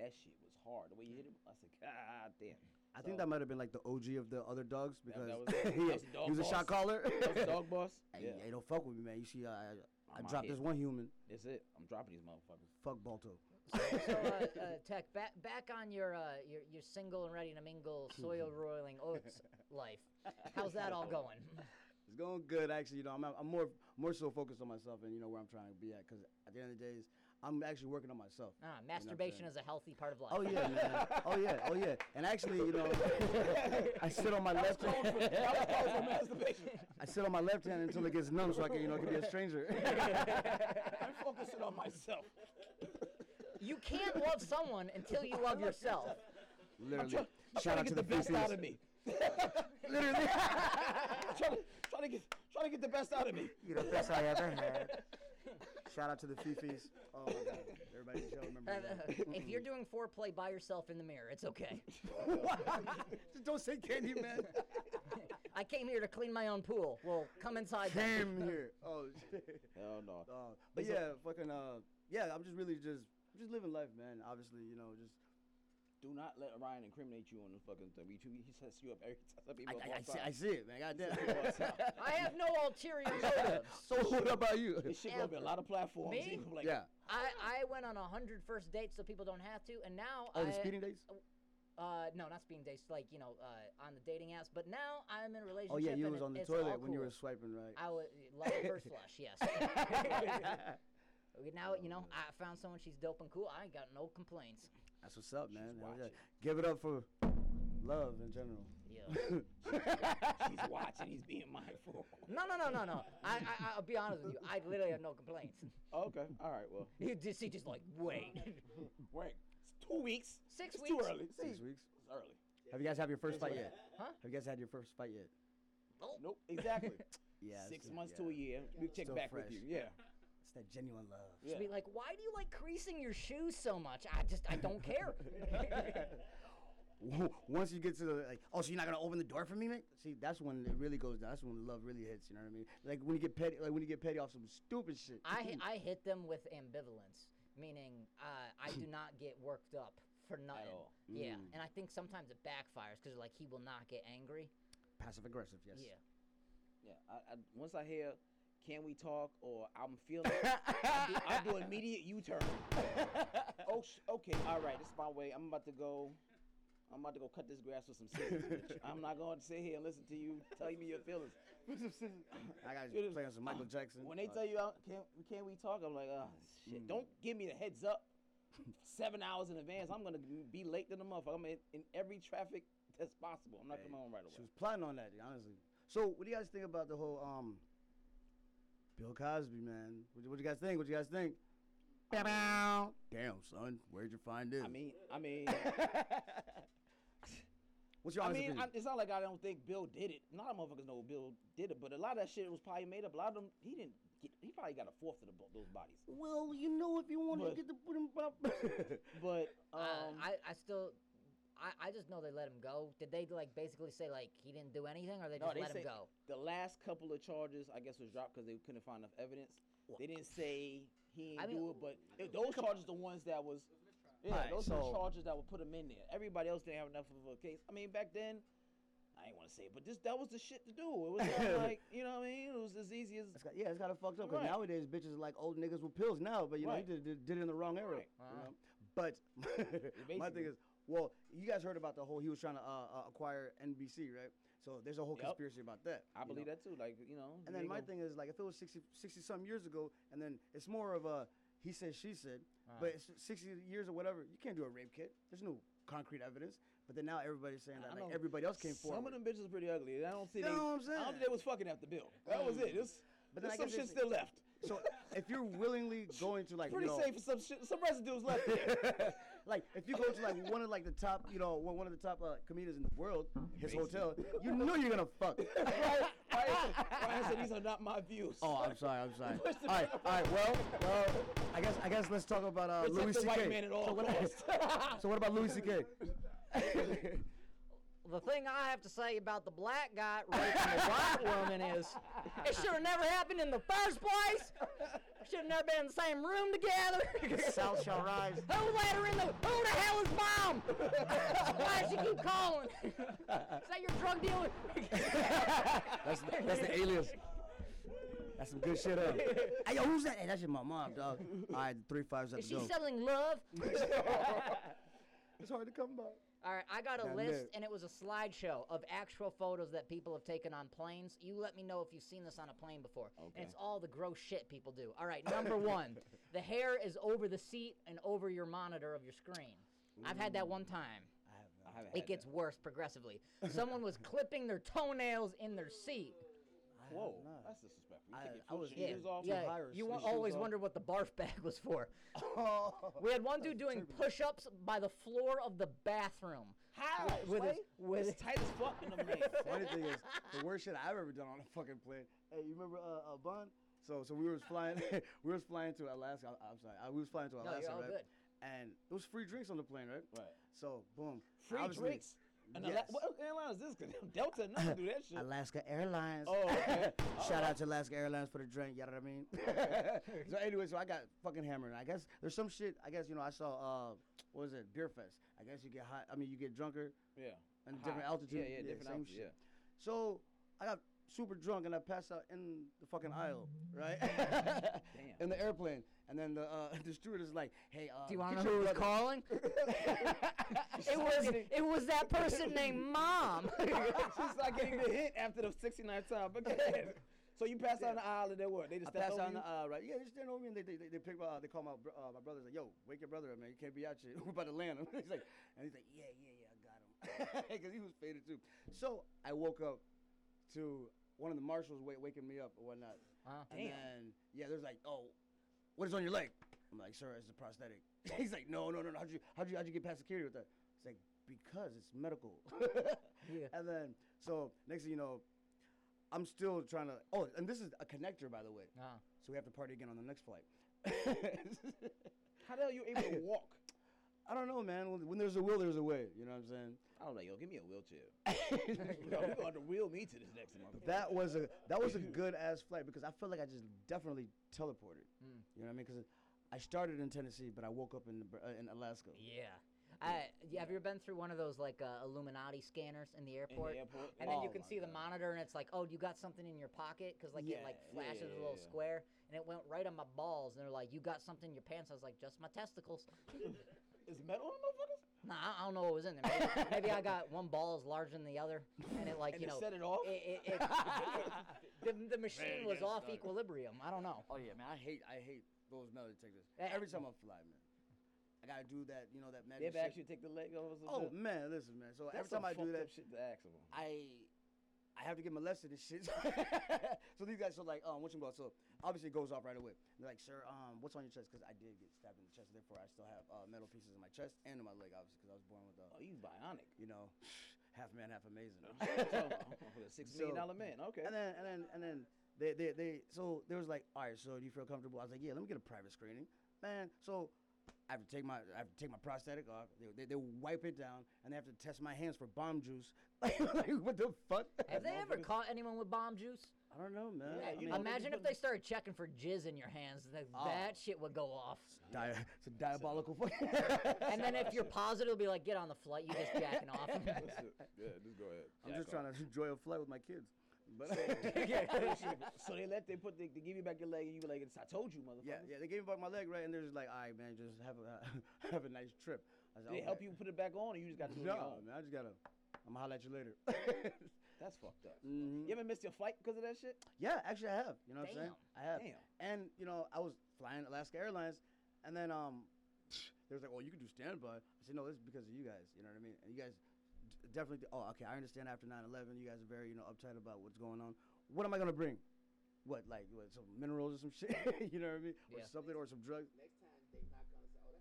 S3: That shit was hard. The way you hit him, I said, God damn.
S5: I
S3: So-
S5: think that might have been like the OG of the other dogs
S3: That-
S5: because
S3: that was it. That
S5: he,
S3: was the dog
S5: he was a
S3: boss.
S5: shot caller.
S3: That was dog boss.
S5: Hey, hey, don't fuck with me, man. You see, I, I,
S3: I'm
S5: I
S3: out
S5: dropped
S3: here.
S5: this one human.
S3: That's it. I'm dropping these motherfuckers.
S5: Fuck Balto.
S4: so, uh, uh, Tech, back back on your uh, your your single and ready to mingle soil roiling oats life. How's that all going?
S5: It's going good, actually. You know, I'm, I'm more more so focused on myself and you know where I'm trying to be at. Because at the end of the days, I'm actually working on myself.
S4: Ah, masturbation
S5: saying.
S4: is a healthy part of life.
S5: Oh yeah, man. Oh yeah. Oh yeah. And actually, you know, I sit on my left.
S3: That was called for masturbation.
S5: I sit on my left hand until it gets numb, so I can you know can be a stranger.
S3: I'm focusing on myself.
S4: You can't love someone until you love yourself.
S5: Literally.
S3: Try- I'm
S5: Shout
S3: trying
S5: out
S3: to
S5: to
S3: get
S5: the
S3: the best out
S5: feces.
S3: of me.
S5: Literally.
S3: Trying to, trying to get, trying to get the best out of me.
S5: You're the best I ever had. Shout out to the Fifis. Oh my God. Everybody in the show remember.
S4: Uh,
S5: that.
S4: if you're doing foreplay by yourself in the mirror, it's okay.
S5: Just don't say candy, man.
S4: I came here to clean my own pool. Well, come inside. then.
S5: Came here. Oh, shit.
S3: Hell no.
S5: Uh, but yeah, fucking. Uh, yeah, I'm just really just, I'm just living life, man. Obviously, you know, just.
S3: Do not let Ryan incriminate you on the fucking thing. He, he sets you up every time. People
S5: I, I, I,
S3: walk
S5: see,
S3: by.
S5: I see it, man.
S3: Walks
S5: Goddamn.
S3: out.
S4: I have no ulterior motives.
S5: so what about you?
S3: This shit gonna be a lot of platforms.
S4: Me?
S3: He gonna be like,
S5: yeah.
S4: I, I went on a hundred first dates so people don't have to, and now I
S5: Oh, the speeding dates.
S4: uh no not speeding dates like you know uh, on the dating apps, but now I'm in a relationship.
S5: Oh yeah, you
S4: and
S5: was
S4: it-
S5: on the
S4: it's all
S5: toilet when you
S4: cool.
S5: were swiping, right?
S4: I was love at first flush, yes. Okay, now you know I found someone she's dope and cool. I ain't got no complaints.
S5: That's what's up, man. Hell yeah.
S3: watching.
S5: Give it up for love in general.
S4: Yeah.
S3: He's watching. He's being mindful.
S4: No, no, no, no, no. I, I, I'll be honest with you. I literally have no complaints.
S3: okay. All right. Well,
S4: He just, he just like, wait.
S3: wait. It's two weeks.
S4: Six
S3: it's
S4: weeks.
S3: too early.
S5: Six weeks.
S3: It's early.
S5: Have you guys had your first fight yet?
S4: Huh?
S5: Have you guys had your first fight yet?
S4: Oh,
S3: Nope. Exactly.
S5: Yeah. it's-
S3: Six months
S5: yeah.
S3: to a year. We check
S5: Still
S3: back
S5: fresh.
S3: with you. Yeah.
S5: It's that genuine love.
S3: Yeah.
S4: Just be like, why do you like creasing your shoes so much? I just, I don't care.
S5: once you get to the like, oh, so you're not gonna open the door for me, man? See, that's when it really goes down. That's when love really hits. You know what I mean? Like when you get petty, like when you get petty off some stupid shit.
S4: I hit, I hit them with ambivalence, meaning uh, I do not get worked up for nothing.
S3: all.
S4: Yeah,
S5: Mm.
S4: and I think sometimes it backfires because like he will not get angry.
S5: passive aggressive. Yes.
S4: Yeah,
S3: Yeah, I, I, once I hear "Can we talk?" or "I'm feeling," it," I do- I do immediate U-turn. oh, sh- okay, all right, this is my way. I'm about to go. I'm about to go cut this grass with some scissors. bitch. I'm not going to sit here and listen to you tell me your feelings.
S5: I got
S3: Dude,
S5: to play on some Michael Jackson.
S3: When they
S5: Uh,
S3: tell you, "Uh, "Can can we talk?" I'm like, "Oh shit!"
S5: Mm.
S3: Don't give me the heads up. Seven hours in advance, I'm gonna be- be late to the motherfucker. I'm in, in every traffic that's possible. I'm not coming home right
S5: She
S3: away.
S5: was plotting on that, honestly. So, what do you guys think about the whole um Bill Cosby, man? What, what you guys think? What you guys think? Ba-bow. Damn, son, where'd you find this?
S3: I mean, I mean.
S5: what's your
S3: I
S5: honest
S3: mean, I,
S5: opinion?
S3: it's not like I don't think Bill did it. Not a motherfuckers know Bill did it, but a lot of that shit was probably made up. A lot of them, he didn't. Get, he probably got a fourth of the, bo- those bodies.
S5: well, you know, if you want
S3: But-
S5: to get the put him up.
S3: But um,
S4: um, I I still. I, I just know they let him go. Did they like basically say like he didn't do anything, or they
S3: No,
S4: just
S3: they
S4: let him
S3: say-
S4: go?
S3: the last couple of charges, I guess, was dropped because they couldn't find enough evidence. They didn't say he didn't
S4: I mean,
S3: do it, but it- those charges, the ones that was, yeah,
S5: Alright,
S3: those are
S5: so-
S3: the charges that would put him in there. Everybody else didn't have enough of a case. I mean, back then. I ain't want to say, it, but this that was the shit to do. It was not like you know what I mean. It was as easy as
S5: It's got- yeah, it's kind of fucked up because
S3: Right.
S5: nowadays bitches are like old niggas with pills now, but you know,
S3: Right.
S5: he did, did, did it in the wrong era.
S3: Right. Uh-huh.
S5: you know? But my
S3: Basically.
S5: thing is, well, you guys heard about the whole he was trying to uh, uh, acquire NBC, right? So there's a whole
S3: Yup.
S5: conspiracy about that.
S3: I
S5: you know?
S3: believe that too. Like you know,
S5: And
S3: you
S5: then
S3: ain't
S5: my
S3: gonna-
S5: thing is like if it was 60, 60 some years ago, and then it's more of a he said she said,
S3: Uh-huh.
S5: but it's sixty years or whatever, you can't do a rape kit. There's no concrete evidence. But then now everybody's saying
S3: I
S5: that like
S3: know
S5: everybody else came forward.
S3: Some of them bitches pretty ugly. I don't see.
S5: You
S3: they,
S5: know what I'm
S3: I don't
S5: saying?
S3: think they was fucking after Bill. That was it. It's,
S5: But
S3: but
S5: then I
S3: some
S5: guess
S3: shit
S5: it's-
S3: still left.
S5: So if you're willingly going to like you
S3: Pretty
S5: know-
S3: safe for some shit. Some residues left. there.
S5: like if you go to like one of like the top, you know, one one of the top uh, comedians in the world, his hotel, you know you're gonna fuck.
S3: Brian, Brian, Brian said these are not my views.
S5: oh, I'm sorry, I'm sorry.
S3: Where's the
S5: all right, all
S3: problem?
S5: right. Well, well, I guess I guess let's talk about uh,
S3: Protect
S5: Louis
S3: the
S5: C.K.
S3: white man at all
S5: so, what,
S3: costs.
S5: so what about Louis C.K.?
S4: The thing I have to say about the black guy raping the white woman is, it should have never happened in the first place. Should have never been in the same room together.
S5: South shall rise.
S4: Who let her in the? Who the hell is mom? Why does she keep calling? is that your drug dealer?
S5: that's that's the alias. That's some good shit, huh? Hey, yo, who's that? Hey, that's your my mom, dog. All right, three fives at
S4: is
S5: the
S4: she
S5: door.
S4: selling love?
S5: It's hard to come by.
S4: All right, I got a
S5: Now,
S4: list,
S5: look.
S4: and it was a slideshow of actual photos that people have taken on planes. You let me know if you've seen this on a plane before.
S3: Okay.
S4: And it's all the gross shit people do. All right, number one, the hair is over the seat and over your monitor of your screen. I've had that one time.
S3: I haven't
S4: It
S3: had
S4: gets worse progressively. Someone was clipping their toenails in their seat.
S3: that. Whoa, that's disrespectful. You
S5: I-
S3: take your
S5: I was-
S3: fucking
S5: yeah,
S3: shoes off.
S5: yeah.
S3: and-
S5: hire
S4: you
S5: some
S4: wa-
S5: shoes
S4: always
S5: off.
S4: wonder what the barf bag was for.
S5: Oh.
S4: We had one dude doing push-ups by the floor of the bathroom.
S3: How?
S4: with his-
S3: Slay?
S4: with-
S3: it's tight as fuck in the man.
S5: Funny thing is, the worst shit I've ever done on a fucking plane. Hey, you remember uh, uh Bond? So so we was flying, we was flying to Alaska. I, am sorry, I, we was flying to
S4: you're
S5: Alaska,
S4: all
S5: right?
S4: good.
S5: And it was free drinks on the plane, right?
S3: Right.
S5: So boom,
S3: Free
S5: Obviously-
S3: drinks. And
S5: Yes.
S3: Ala- what airline is this? 'Cause Delta, nothing do that shit.
S5: Alaska Airlines.
S3: Oh, okay.
S5: Shout out to Alaska Airlines for the drink. You know what I mean? so anyway, so I got fucking hammered. I guess there's some shit. I guess you know I saw. Uh, what was it? Beer fest. I guess you get hot. I mean, you get drunker
S3: yeah.
S5: and
S3: Hot.
S5: different altitude.
S3: Yeah, yeah, different
S5: same
S3: altitude.
S5: shit.
S3: Yeah.
S5: So I got super drunk and I passed out in the fucking aisle, right? in the airplane. And then the uh, the steward is like, "Hey, uh,
S4: Do you want
S5: get
S4: to know who
S5: your
S4: was
S5: brother."
S4: calling? it was it was that person named Mom.
S3: She's not getting the hint after the 69th time. But go ahead. So you pass out in the aisle and they what? They just
S5: I
S3: stepped
S5: passed
S3: over
S5: out in
S3: you?
S5: the aisle, right? Yeah, they stand over me and they they, they, they pick my uh, they call my br- uh, my brother like, "Yo, wake your brother up, man. You can't be out here. We're about to land him." he's like, and he's like, "Yeah, yeah, yeah, I got him," because he was faded too. So I woke up to one of the marshals wa- waking me up or whatnot.
S4: Wow.
S5: And
S3: Damn.
S5: then, yeah, there's like, "Oh, what is on your leg?" I'm like, "Sir, it's a prosthetic." he's like, "No, no, no. no. How'd you how'd you how'd you get past security with that?" It's like, "Because it's medical."
S4: Yeah.
S5: And then so next thing you know. I'm still trying to. Oh, and this is a connector, by the way.
S4: Ah.
S5: So we have to party again on the next flight.
S3: How the hell you able to walk?
S5: I don't know, man. When, when there's a will, there's a way. You know what I'm saying?
S3: I don't know, yo, give me a wheelchair. yo, we're gonna have to wheel me to this next month.
S5: But that was a that was a good ass flight because I felt like I just definitely teleported.
S4: Mm.
S5: You know what I mean? Because I started in Tennessee, but I woke up in Nebra- uh, in Alaska.
S4: Yeah. I, yeah. Have Uh, you ever been through one of those like uh, Illuminati scanners in the
S3: In the
S4: airport?
S3: airport.
S4: and then
S3: Oh
S4: you can
S3: my
S4: see the
S3: God.
S4: monitor, and it's like, oh, you got something in your pocket? Because like it like
S3: Yeah,
S4: flashes
S3: yeah,
S4: a little
S3: yeah.
S4: square, and it went right on my balls. And they're like, you got something in your pants? I was like, just my testicles.
S3: Is metal in the motherfuckers?
S4: Nah, I- I don't know what was in there. Maybe, maybe I got one ball is larger than the other, and it like
S3: and
S4: you
S3: it
S4: know,
S3: set it off?
S4: it, it, it, the, the machine was
S6: good
S4: off
S6: stuff.
S4: equilibrium. I don't know.
S5: Oh yeah, man. I hate I hate those metal detectors.
S4: Eh.
S5: Every time I fly, man, I gotta do that. You know that
S3: they
S5: magic.
S3: ever ask you
S5: shit.
S3: to take the leg off or some
S5: Oh
S3: shit?
S5: man, listen, man. So
S3: That's
S5: every
S3: some
S5: time I do
S3: fucked
S5: that,
S3: up shit to ask them.
S5: I I have to get molested and shit. so these guys are like, um, what you about? So obviously it goes off right away. They're like, sir, um, what's on your chest? Because I did get stabbed in the chest, therefore I still have uh, metal pieces in my chest and in my leg, obviously, because I was born with uh,
S3: Oh,
S5: a,
S3: you bionic.
S5: you know, half man, half amazing.
S3: With a six million
S5: So-
S3: dollar man. Okay.
S5: and then and then and then they they they so they was like, all right, so do you feel comfortable? I was like, yeah, let me get a private screening, man. So. I have to take my I have to take my prosthetic off. They, they, they wipe it down and they have to test my hands for bomb juice. like what the fuck?
S4: Have they ever
S3: motherfuckers-
S4: caught anyone with bomb juice?
S5: I don't know, man.
S3: Yeah,
S5: I
S3: you
S5: mean-
S3: know, they
S4: Imagine
S3: just
S4: if they started checking for jizz in your hands. That,
S5: Oh.
S4: that shit would go off.
S5: Di- it's a diabolical fuck.
S4: And then if you're positive, it'll be like, get on the flight. You just jacking off.
S3: yeah, just go ahead.
S5: I'm just trying to enjoy a flight with my kids. But
S3: so they let they put they, they give you back your leg and you be like, "It's- I told you, motherfucker.
S5: yeah, yeah, they gave me back my leg, right? And they're just like, all right, man, just have a have a nice trip. I
S3: Did
S5: said,
S3: they
S5: "Okay."
S3: help you put it back on, or you just got to do it on your
S5: No,
S3: own?
S5: man, I just gotta. I'm gonna holler at you later.
S3: That's fucked up.
S5: Mhm.
S3: You ever missed your flight because of that shit?
S5: Yeah, actually, I have. You know what I'm saying? I have.
S3: Damn.
S5: And you know, I was flying Alaska Airlines, and then um, they was like, "Oh, you can do standby." I said, "No, this is because of you guys. You know what I mean? And you guys d- definitely. oh, okay, I understand. After 9/11, you guys are very you know uptight about what's going on. What am I gonna bring? What like what some minerals or some shit? you know what I mean? Or
S4: Yeah.
S5: something or some drugs?
S7: Next time they knock on and say, oh,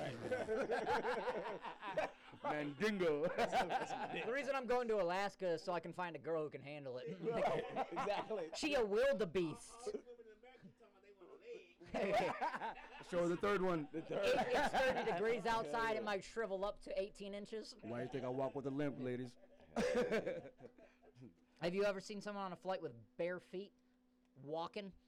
S7: that's the dick.
S5: Mandingo.
S4: the reason I'm going to Alaska is so I can find a girl who can handle it.
S3: exactly.
S4: she a wildebeest.
S7: All these women in America you talking about they want a leg.
S5: Show the third one.
S4: It- it's 30 degrees outside. It might shrivel up to 18 inches.
S5: Why you think I walk with a limp, ladies?
S4: Have you ever seen someone on a flight with bare feet walking?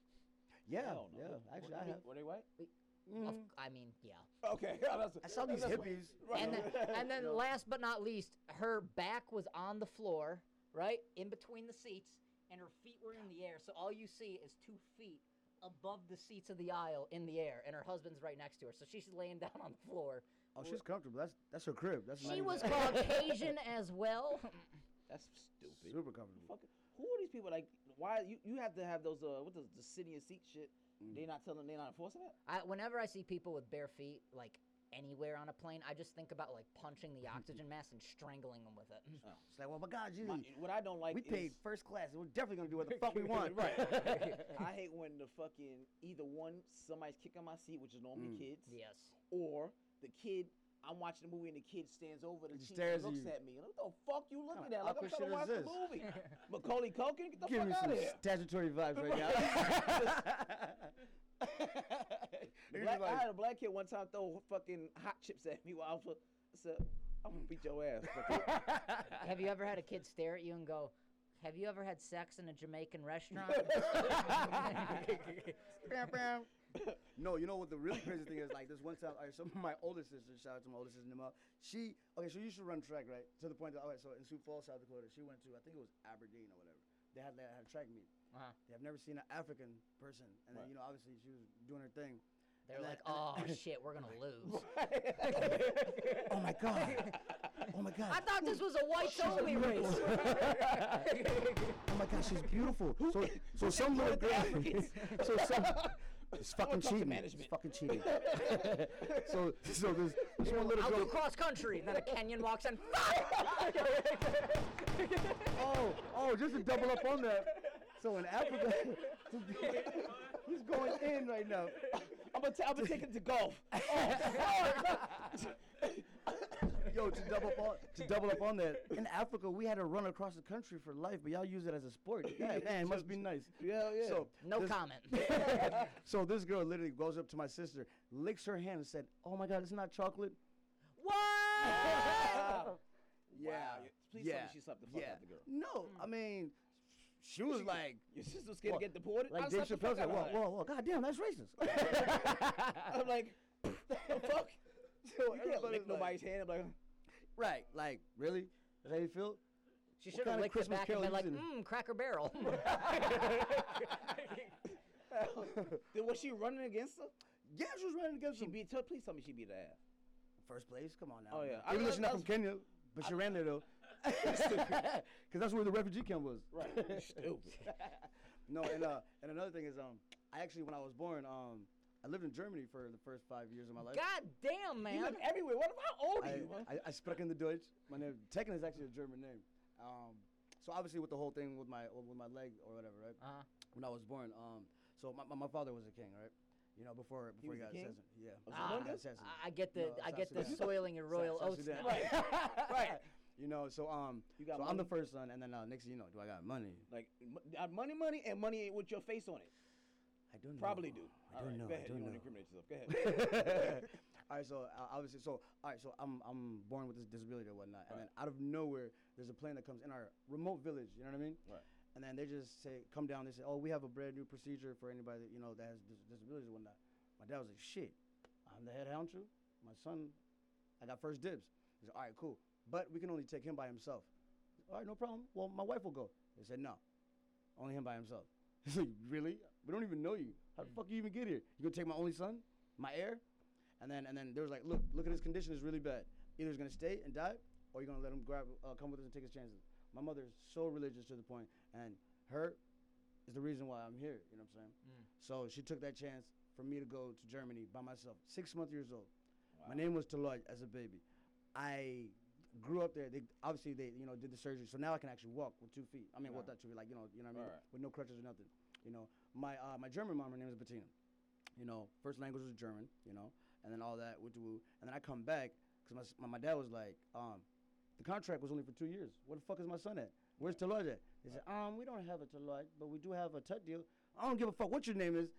S5: Yeah,
S3: Hell no.
S5: yeah.
S3: Were-
S5: Actually,
S3: were
S5: I
S3: they-
S5: have.
S3: Were they white?
S4: Of-
S3: Mm-hmm.
S5: Mhm.
S4: I mean, yeah.
S3: Okay. yeah, that's-
S5: I saw these
S3: that's what-
S5: hippies.
S3: Right.
S4: And then,
S5: Oh,
S4: and then
S5: Yeah.
S4: last but not least, her back was on the floor, right? In between the seats, and her feet were in the air. So all you see is two feet above the seats of the aisle in the air, and her husband's right next to her. So she's laying down on the floor.
S5: Oh, she's comfortable. That's that's her crib. That's not
S4: She
S5: even-
S4: was Caucasian as well.
S3: That's stupid.
S5: super comfortable.
S3: Fuck, who are these people? Like, why you, you have to have those uh, what the, the city and seat shit?
S5: Mm.
S3: They not telling, they not enforcing that.
S4: I, whenever I see people with bare feet, like anywhere on a plane, I just think about like punching the oxygen mask and strangling them with it.
S5: It's like, well, my God, you,
S3: My, what I don't like,
S5: Mm. we
S3: is,
S5: paid first class. and We're definitely gonna do what the fuck we want.
S3: right? I hate when the fucking either one somebody's kicking my seat, which is normally
S5: Mm.
S3: kids,
S4: Yes.
S3: or the kid. I'm watching the movie and the kid stands over the
S5: And
S3: seat
S5: stares
S3: and
S5: at
S3: looks
S5: you.
S3: at me. What the fuck you looking
S5: Kinda
S3: at? Like I'm
S5: awkward
S3: trying to watch
S5: shit is
S3: the movie. Macaulay Culkin, get the
S5: Give
S3: fuck
S5: me
S3: out
S5: some
S3: of here.
S5: statutory vibes right now. You're
S3: Black,
S5: just like,
S3: I had a black kid one time throw fucking hot chips at me while I was. I said, I'm gonna beat your ass. fucker."
S4: Have you ever had a kid stare at you and go, "Have you ever had sex in a Jamaican restaurant?"
S5: no, you know what the really crazy thing is? Like this one time, all right, so my older sister, shout out to my older sister Namal. She okay, so you should run track, right? To the point that all right, so in Sioux Falls, South Dakota, she went to I think it was Aberdeen or whatever. They had they had a track meet.
S4: Uh-huh.
S5: They have never seen an African person, and then you know obviously she was doing her thing.
S4: They're
S5: And
S4: like,
S5: then-
S4: "Oh
S5: and then-
S4: shit, we're gonna lose."
S5: oh my god! Oh my god!
S4: I thought this was a whites only race.
S5: Oh my gosh, she's beautiful. So, so some little girl. so some. It's
S3: talking
S5: fucking cheating. It's
S3: management.
S5: fucking cheating. so, so there's this one little
S4: I'll do
S5: girl.
S4: cross country, and then a Kenyan walks in.
S5: Oh, oh, just to double up on that. So in Africa, he's going in right now.
S3: I'm gonna, t- I'm gonna take him to golf. Oh,
S5: Yo, to double up on, to double up on that. In Africa, we had to run across the country for life, but y'all use it as a sport. Yeah, man, it must be nice.
S3: Yeah, yeah.
S5: So
S4: No
S5: this-
S4: comment.
S5: so this girl literally goes up to my sister, licks her hand, and said, "Oh my God, it's not chocolate."
S4: What?
S5: Yeah.
S3: Wow. you- Please tell
S5: yeah,
S3: me she slapped the fuck
S5: yeah.
S3: out the girl.
S5: No, I mean, she was like,
S3: Your sister was scared
S5: What?
S3: to get deported. I
S5: like Dave
S3: slapped the fuck
S5: Chappelle's like,
S3: out
S5: whoa,
S3: of her.
S5: whoa, whoa, goddamn, that's
S3: I'm
S5: racist.
S3: like, the fuck?
S5: So
S3: You can't
S5: everybody's
S3: lick
S5: like-
S3: nobody's hand. I'm like,
S5: right, like really? That's how you feel?
S4: She
S5: What
S4: should
S5: kind
S4: have
S5: of
S4: licked it
S5: Christmas
S4: back and
S5: Carol
S4: been like,
S5: using?
S4: mmm, Cracker Barrel.
S3: then was she running against her?
S5: Yeah, she was running against
S3: She
S5: him.
S3: beat. Tell, please tell me she beat her ass.
S5: First place, come on now.
S3: Oh, yeah. I
S5: man. even
S3: mean,
S5: though she's not from
S3: that's-
S5: Kenya, but she ran there though, because that's where the refugee camp was.
S3: Right. Stupid.
S5: No, and uh, and another thing is um, I actually when I was born um, I lived in Germany for the first five years of my life.
S4: God damn, man.
S3: You live everywhere. What? How old are
S5: I,
S3: you? man?
S5: I, I spoke in the Deutsch. My name Tekken is actually a German name. Um, so obviously with the whole thing with my with my leg or whatever, right?
S4: Uh-huh.
S5: When I was born, um, so my, my, my father was a king, right? You know, before before
S3: was
S5: he,
S3: a
S5: got
S3: king?
S5: assassinated.
S3: Was he
S5: Yeah,
S3: Ah.
S5: before he got
S3: Bunga?
S5: assassinated.
S4: I- I get the
S5: No,
S4: I get the
S5: South Sudan.
S4: soiling your royal
S5: South
S4: oats.
S5: Sudan.
S4: now.
S3: Right.
S5: You know, so um,
S3: You got
S5: so I'm the
S3: money?
S5: first son, and then uh, next thing you know, do I got money?
S3: Like m- uh, money, money, and money ain't with your face on it.
S5: I don't know.
S3: Probably do.
S5: I
S3: All right,
S5: don't know.
S3: Go ahead. you
S5: I don't
S3: want to
S5: know.
S3: incriminate yourself? Go ahead.
S5: all right, so uh, obviously, so all right, so I'm I'm born with this disability or whatnot, and then out of nowhere, there's a plane that comes in our remote village. You know what I mean?
S3: Right.
S5: And then they just say, come down. They say, oh, we have a brand new procedure for anybody that you know that has dis- disabilities or whatnot. My dad was like, shit, I'm the head honcho. My son, I got first dibs. He said, all right, cool, but we can only take him by himself. All right, no problem. Well, my wife will go. They said, no, only him by himself. He's like, really? We don't even know you. How the fuck you even get here? You gonna take my only son, my heir? And then and then they was like, look, look at his condition is really bad. Either he's gonna stay and die, or you're gonna let him grab, uh, come with us and take his chances. My mother is so religious to the point, and her is the reason why I'm here. You know what I'm saying? So she took that chance for me to go to Germany by myself, six month years old. My name was Taloy as a baby. I grew up there. They obviously they you know did the surgery, so now I can actually walk with two feet. I mean, what that two feet, like you know, you know what I mean,
S3: Alright.
S5: with no crutches or nothing. You know, my uh, my German mom, her name is Bettina. You know, first language was German. You know, and then all that woo woo, and then I come back because my, s- my my dad was like, um, the contract was only for two years. Where the fuck is my son at? Where's Taloy at? He said, um, we don't have a Taloy, but we do have a Tut deal. I don't give a fuck what your name is.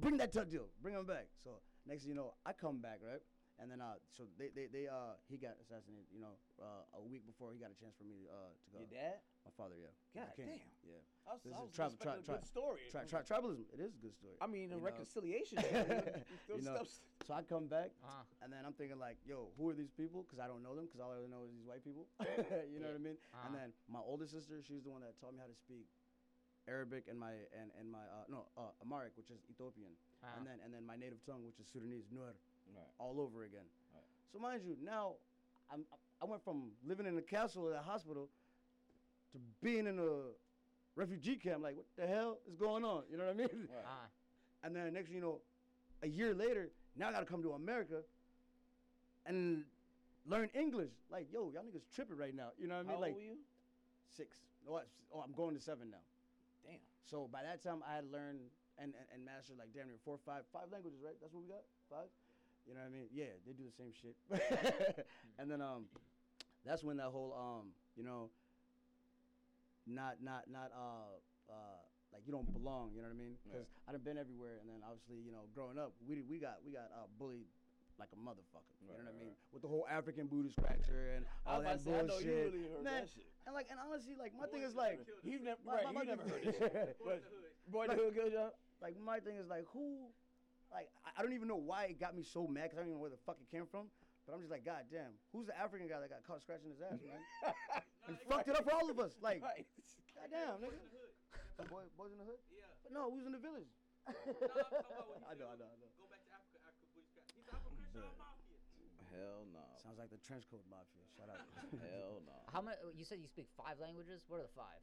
S5: Bring that Tut deal. Bring him back. So next thing you know, I come back right. And then uh, so they, they, they uh he got assassinated, you know, uh, a week before he got a chance for me to, uh to go.
S3: Your dad?
S5: My father, yeah. He
S3: God
S5: became-
S3: damn.
S5: Yeah.
S3: I was,
S5: This
S3: I
S5: is
S3: was
S5: tribal-
S3: expecting a
S5: tri-
S3: good story.
S5: Tri- tri- tribalism. It is a good story.
S3: I mean, the
S5: you know.
S3: reconciliation. you know, those
S5: You know,
S3: stuffs-
S5: So I come back,
S4: Uh-huh.
S5: and then I'm thinking like, yo, who are these people? Because I don't know them. Because all I know is these white people. you know what I mean?
S4: Uh-huh.
S5: And then my older sister, she's the one that taught me how to speak Arabic and my and and my uh, no uh, Amharic, which is Ethiopian,
S4: Uh-huh.
S5: and then and then my native tongue, which is Sudanese, Nur
S3: Right.
S5: all over again.
S3: Right.
S5: So mind you, now I'm, I went from living in a castle at a hospital to being in a refugee camp. Like, what the hell is going on? You know what I mean?
S3: Right.
S4: Uh,
S5: And then next, thing you know, a year later, now I gotta come to America and learn English. Like, yo, y'all niggas tripping right now. You know what I mean?
S3: How
S5: like
S3: old were you?
S5: six. Oh, I- oh, I'm going to seven now.
S3: Damn.
S5: So by that time, I had learned and, and, and mastered like damn near four, five, five languages, right? That's what we got? Five? You know what I mean? Yeah, they do the same shit. and then um, that's when that whole um, you know, not not not uh uh like you don't belong. You know what I mean? Because i done been everywhere, and then obviously you know, growing up, we we got we got uh, bullied. Like a motherfucker, you
S3: Right,
S5: know what
S3: right,
S5: I mean?
S3: right.
S5: With the whole African booty scratcher and
S3: I
S5: all
S3: was about to say, I know
S5: that bullshit.
S3: you really heard
S5: Man,
S3: that shit.
S5: And like, and honestly, like
S7: Boys
S5: my thing
S7: in
S5: is
S7: the
S5: like,
S7: Hood killed
S3: You've
S7: us.
S3: never, right, you never heard this. shit.
S7: Boys in
S3: But-
S7: the Hood.
S3: Boy, the hood good job.
S5: like my thing is like who like I, I don't even know why it got me so mad because I don't even know where the fuck it came from. But I'm just like, God damn, who's the African guy that got caught scratching his ass, man? and fucked it up for all of us. Like,
S3: Right.
S5: God damn,
S7: Boys
S5: nigga.
S7: in the Hood.
S5: Oh, boy, boys in the hood?
S7: Yeah.
S5: But no, we was in the village.
S7: No, I'm talking about when he
S5: I know, I
S7: said,
S5: know, I know.
S7: Go back to Africa, Africa, boys. got-" He's Africa, Christian Mafia.
S3: Hell no.
S5: Sounds like the trench coat mafia. Shout out.
S3: Hell no.
S4: how many? You said you speak five languages. What are the five?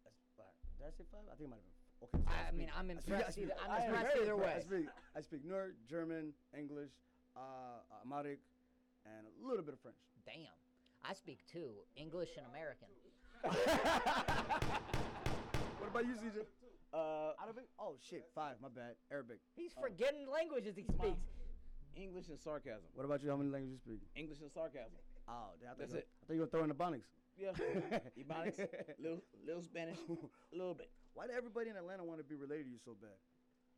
S5: That's five. Did I say five? I think it might have been. f- Okay. so
S4: I, I mean,
S5: speak-
S4: I'm
S5: I speak-
S4: impressed. Either,
S5: I speak- I
S4: I'm
S5: am
S4: impressed
S5: very
S4: either way.
S5: impressed. I speak, I speak Nur, German, English, uh, Amharic, and a little bit of French.
S4: Damn, I speak two: English and American.
S5: What about you, CJ?
S3: Uh,
S5: Arabic? Oh shit, five. My bad. Arabic.
S4: He's forgetting languages he
S3: my-
S4: speaks.
S3: English and sarcasm.
S5: What about you? How many languages you speak?
S3: English and sarcasm.
S5: Oh, dude, I thought
S3: That's
S5: you were,
S3: it.
S5: I thought you were throwing the bonics.
S3: Yeah. Ebonics. Little, little Spanish. A little bit.
S5: Why do everybody in Atlanta want to be related to you so bad?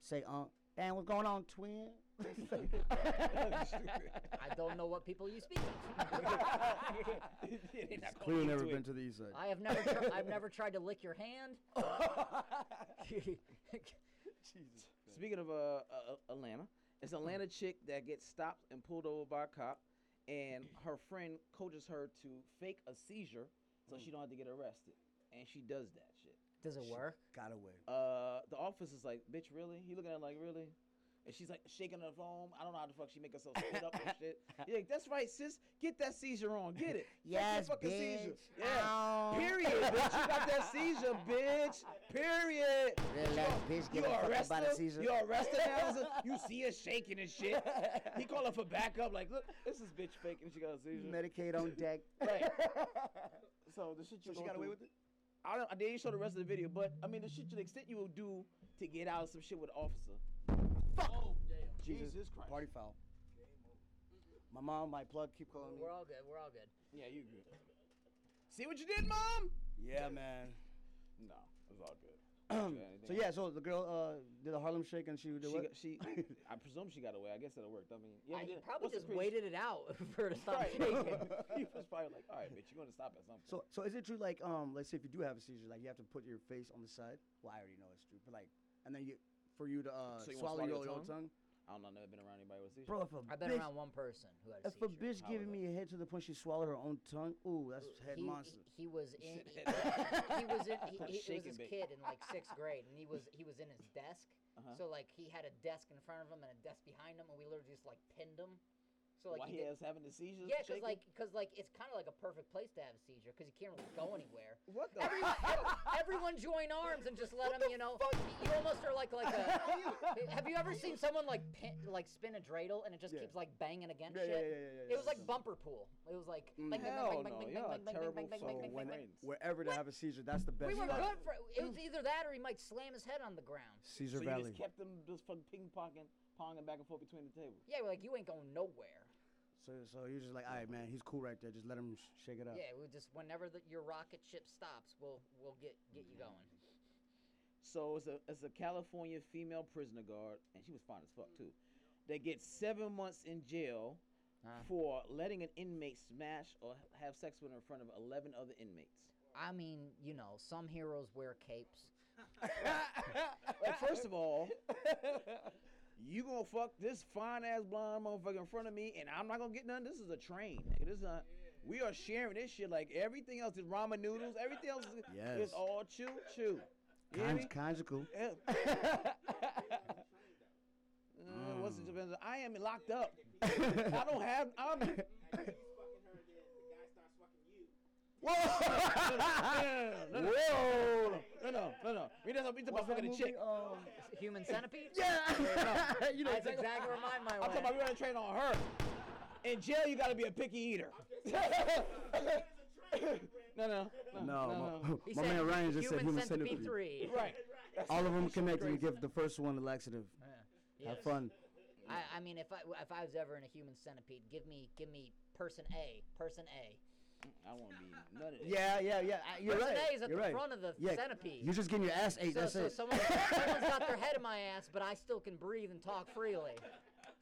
S5: Say, um, damn, what's "Uh, going on, twin?
S4: I don't know what people you speak of.
S3: They not gonna
S5: Clearly
S3: get
S5: never
S3: to
S5: been
S3: it.
S5: to the east side.
S4: I have never, tr- I've never tried to lick your hand.
S5: Jesus.
S3: Speaking of uh, uh, uh, Atlanta, it's an Atlanta chick that gets stopped and pulled over by a cop, and her friend coaches her to fake a seizure so she don't have to get arrested, and she does that shit.
S4: Does it
S5: Shit.
S4: work?
S5: Got away.
S3: Uh, the officer's like, "Bitch, really?" He looking at her like, "Really?" And she's like shaking her phone. I don't know how the fuck she make herself spit up and shit. He's like, "That's right, sis. Get that seizure on. Get it. Fake your fucking seizure. Yeah. Period, bitch. You got that seizure, bitch. Period.
S6: Relax, bitch. Give a fuck
S3: arrest
S6: about a
S3: her?
S6: seizure.
S3: You arrested her? As a- you see her shaking and shit. He called her for backup. Like, look, this is bitch faking. She got a seizure.
S6: Medicaid on deck.
S3: right. So the shit you
S5: So she
S3: gonna
S5: got away
S3: do-
S5: with it?
S3: I don't. I didn't show the rest of the video, but I mean, the shit to the extent you will do to get out of some shit with an officer.
S7: Oh, damn.
S5: Jesus,
S3: Jesus Christ.
S5: Party foul. My mom, my plug, keep calling me.
S4: We're all good. We're all good.
S3: Yeah, you good. See what you did, mom?
S5: Yeah, man.
S3: No, it's all good.
S5: so yeah, so the girl uh, did a Harlem shake and she did
S3: She,
S5: what?
S3: got, she, I presume she got away. I guess that'll work. I mean, yeah,
S4: I
S3: yeah.
S4: probably
S3: What's the
S4: just
S3: crazy-
S4: waited it out for her to stop
S3: Right.
S4: shaking.
S3: he was probably like, all right, bitch, you're gonna stop at some point.
S5: so so is it true like um let's say if you do have a seizure like you have to put your face on the side? Well, I already know it's true, but like and then you for you to uh,
S3: So you wanna
S5: swallow, your, your tongue?
S3: I don't know. I've never been around anybody with seizures.
S5: Bro, if a
S4: I've been
S5: bitch,
S4: around one person who had a
S5: if a
S4: seizure.
S5: bitch
S3: How
S5: giving
S3: was
S5: me a head to the point she swallowed her own tongue, ooh, that's
S4: he,
S5: head monster.
S4: He, he was in.
S3: Shit,
S4: He,
S3: head
S4: he was in. He,
S3: Put a
S4: he, it was
S3: shaking
S4: this
S3: bit.
S4: kid in like sixth grade, and he was he was in his desk.
S3: Uh-huh.
S4: So like he had a desk in front of him and a desk behind him, and we literally just like pinned him. So
S3: Why
S4: like he
S3: he
S4: did,
S3: is having the seizures?
S4: yeah, because
S3: shaking?
S4: like because like it's kind of like a perfect place to have a seizure because you can't really go anywhere.
S3: what the?
S4: Everyone, ev- everyone join arms and just let him, you know. You almost are like like a. Have you ever seen someone like pin, like spin a dreidel and it just
S5: Yeah.
S4: keeps like banging against
S5: Yeah, yeah,
S4: shit?
S5: yeah, yeah, yeah,
S4: It was
S5: yeah.
S4: like bumper pool. It was like bang,
S5: Mm.
S4: bang,
S3: Hell
S4: bang, bang,
S3: no,
S4: bang,
S3: you're
S4: bang,
S3: a
S4: bang, bang,
S3: terrible
S4: bang, bang,
S3: soul.
S4: bang, bang,
S5: when,
S4: bang, bang.
S5: wherever to have a seizure, that's Mm. the best.
S4: We were
S5: spot.
S4: good for it was either that or he might slam his head on the ground.
S5: Caesar
S3: So you
S5: Valley.
S3: just kept them just fucking ping ponging, ponging back and forth between the tables.
S4: Yeah, we're like you ain't going nowhere.
S5: So, so you're just like, all right, man, he's cool right there. Just let him sh- shake it up.
S4: Yeah, we just whenever the, your rocket ship stops, we'll we'll get get
S5: Mm-hmm.
S4: you going.
S3: So it's a it's a California female prisoner guard, and she was fine as fuck too. That gets seven months in jail
S4: Huh.
S3: for letting an inmate smash or h- have sex with her in front of eleven other inmates.
S4: I mean, you know, some heroes wear capes.
S3: Like, first of all, you gonna fuck this fine ass blonde motherfucker in front of me, and I'm not gonna get none. This is a train. nigga. This is not. We are sharing this shit like everything else is ramen noodles. Everything else is
S5: Yes.
S3: it's all chew chew. You hear
S5: Conj-
S3: me?
S5: conjugal.
S3: Yeah. Uh, What's the
S5: Mm.
S3: difference? I am locked up. I don't have. I'm.
S7: After you fucking her, the, the guy starts fucking you.
S3: Whoa! No, no,
S5: Whoa!
S3: no, no, no, no, no, no. We just we talking about
S5: What's that
S3: fucking a
S5: movie?
S3: chick.
S5: Um,
S4: Human centipede.
S5: yeah, you know
S4: That's exactly where mine
S3: I'm talking
S4: went.
S3: about we on a train on her. In jail, you gotta be a picky eater. no, no, no,
S5: No,
S3: no.
S5: my, my man Ryan just said human
S4: centipede,
S5: centipede.
S4: three.
S3: Right.
S5: All of them connected. You give the first one the laxative. Have fun.
S4: I, I mean, if I if I was ever in a human centipede, give me give me person A, person A.
S3: I won't be none of this.
S5: Yeah, yeah, yeah. I- You're
S4: person
S5: right.
S4: A is at
S5: You're
S4: the
S5: right.
S4: front of the
S5: Yeah,
S4: centipede.
S5: You're just getting your ass ate.
S4: so,
S5: that's
S4: so
S5: it.
S4: Someone, someone's got their head in my ass, but I still can breathe and talk freely.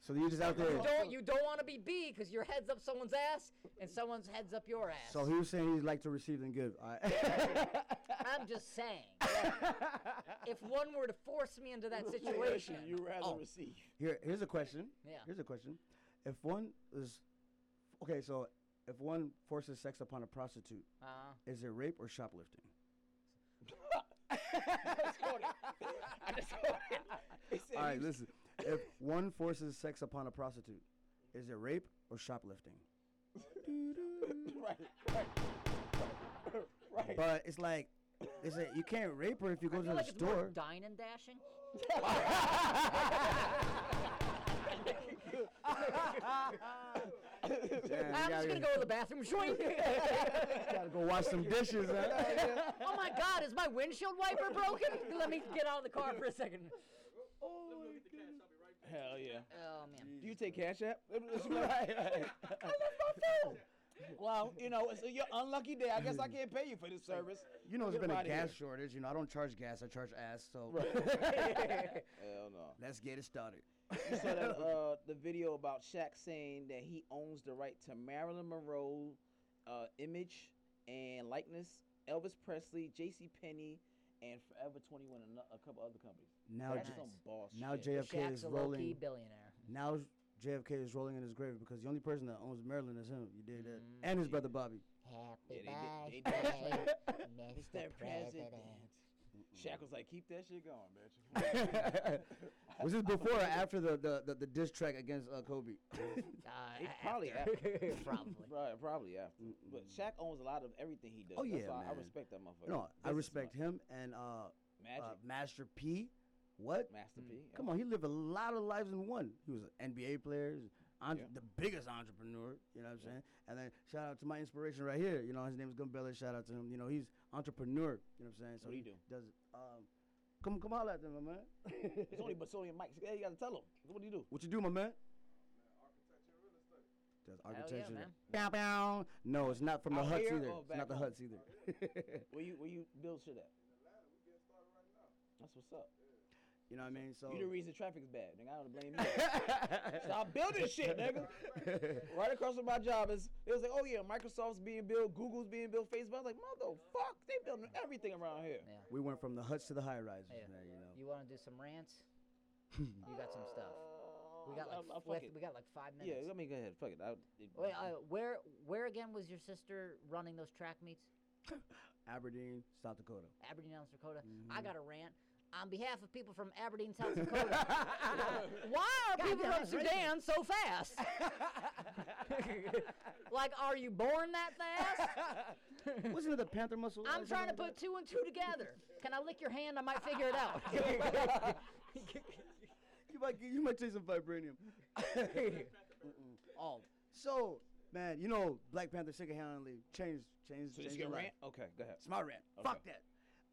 S5: So you're just out there.
S4: You don't you don't want to be B because your head's up someone's ass and someone's head's up your ass.
S5: So he was saying he'd like to receive and give. All right.
S4: I'm just saying, if one were to force me into that situation,
S3: You rather
S5: Oh.
S3: receive.
S5: Here, here's a question.
S4: Yeah.
S5: Here's a question. If one is, okay, so if one forces sex upon a prostitute,
S4: uh,
S5: is it rape or shoplifting?
S3: I just caught it. He said
S5: All right,
S3: you-
S5: listen. If one forces sex upon a prostitute, is it rape or shoplifting?
S3: right, right, right, right.
S5: But it's like, it's like you can't rape her if you go
S4: I
S5: to
S4: feel
S5: the
S4: like it's more
S5: store.
S4: dine and dashing.
S5: Damn, you
S4: I'm
S5: gotta
S4: just gonna go to the bathroom. Joink.
S5: Gotta go wash some dishes. huh?
S4: oh my God, is my windshield wiper broken? Let me get out of the car for a second.
S3: Oh,
S7: Let me go get the cash. I'll be right back.
S3: Hell yeah.
S4: Oh man.
S3: Do you take Cash App? Well, you know, it's your unlucky day. I guess I can't pay you for this service.
S5: you know,
S3: Get
S5: it's been a
S3: outta here.
S5: gas shortage. You know, I don't charge gas. I charge ass. So
S3: Right. Hell no.
S5: let's get it started.
S3: You saw that uh, the video about Shaq saying that he owns the right to Marilyn Monroe uh, image and likeness, Elvis Presley, J.C. Penney, and Forever 21 and a couple other companies.
S5: Now,
S3: That's
S5: J-
S3: some boss
S5: now
S3: shit.
S5: JFK
S4: Shaq's
S5: is
S4: a low key
S5: rolling.
S4: billionaire.
S5: Now JFK is rolling in his grave because the only person that owns Maryland is him. You did that,
S4: Mm.
S5: and his brother Bobby.
S3: Yeah,
S4: Happy
S3: they did- they did
S4: birthday,
S3: play
S4: Mr. President.
S3: Shaq was like, keep that shit going, bitch.
S5: was this before or after the the, the, the diss track against uh, Kobe?
S4: Uh,
S3: It's
S4: a-
S3: probably
S4: after. probably.
S3: Right, probably after. But
S5: Mm-mm.
S3: Shaq owns a lot of everything he does.
S5: Oh,
S3: That's
S5: yeah,
S3: why I
S5: man.
S3: respect that motherfucker.
S5: no, I
S3: Business
S5: respect him and uh,
S3: mind.
S5: uh,
S3: Magic,
S5: Master P. What?
S3: Master P. yeah.
S5: Come on, he lived a lot of lives in one. He was an NBA player, on,
S3: Yeah.
S5: the biggest entrepreneur. You know what I'm saying? And then shout out to my inspiration right here. You know his name is Gumbella. Shout out to him. You know he's entrepreneur. You know what I'm saying? So
S3: What do you do?
S5: does um, come come holler at them, my man.
S3: It's only Basonian Mike. Hey, you gotta tell him. What do you do?
S5: what you do, my man? Does architecture.
S4: man.
S5: Bow, bow. No, it's not from the
S3: Out
S5: huts
S3: here
S5: either.
S3: or
S5: It's
S3: back
S5: not the
S3: home?
S5: huts either.
S3: Where you where you build shit at? That's what's up.
S5: you know what I mean? So
S3: You the reason traffic's bad, nigga. I don't blame you. Stop building shit, nigga. Right across from my job is it was like, oh yeah, Microsoft's being built, Google's being built, Facebook. I was like, motherfuck, they building everything around here.
S4: Yeah.
S5: we went from the huts to the high rises,
S4: Yeah.
S5: man. You know.
S4: You want to do some rants? You got some stuff. We got
S3: I- I-
S4: like
S3: I
S4: fif-
S3: fucking-
S4: we got like five minutes.
S3: um, Yeah, let me go ahead. Fuck it. I, it
S4: Wait, uh, where where again was your sister running those track meets?
S5: Aberdeen, South Dakota.
S4: Aberdeen, South Dakota. I got a rant on behalf of people from Aberdeen, South Dakota. Why are
S5: God
S4: people
S5: damn,
S4: from
S5: that's racist.
S4: Sudan so fast? like, are you born that fast?
S5: Wasn't it the Panther Muscle?
S4: I'm
S5: or
S4: trying to
S5: something
S4: put two and two together. Can I lick your hand? I might figure it out.
S5: like that? you might get- you might taste some vibranium. Mm-mm. oh, so man, you know Black Panther single-handedly changed changed
S3: So
S5: changed
S3: you
S5: your
S3: get
S5: life.
S3: rant? Okay, go ahead.
S5: It's my rant.
S3: Okay.
S5: Fuck that.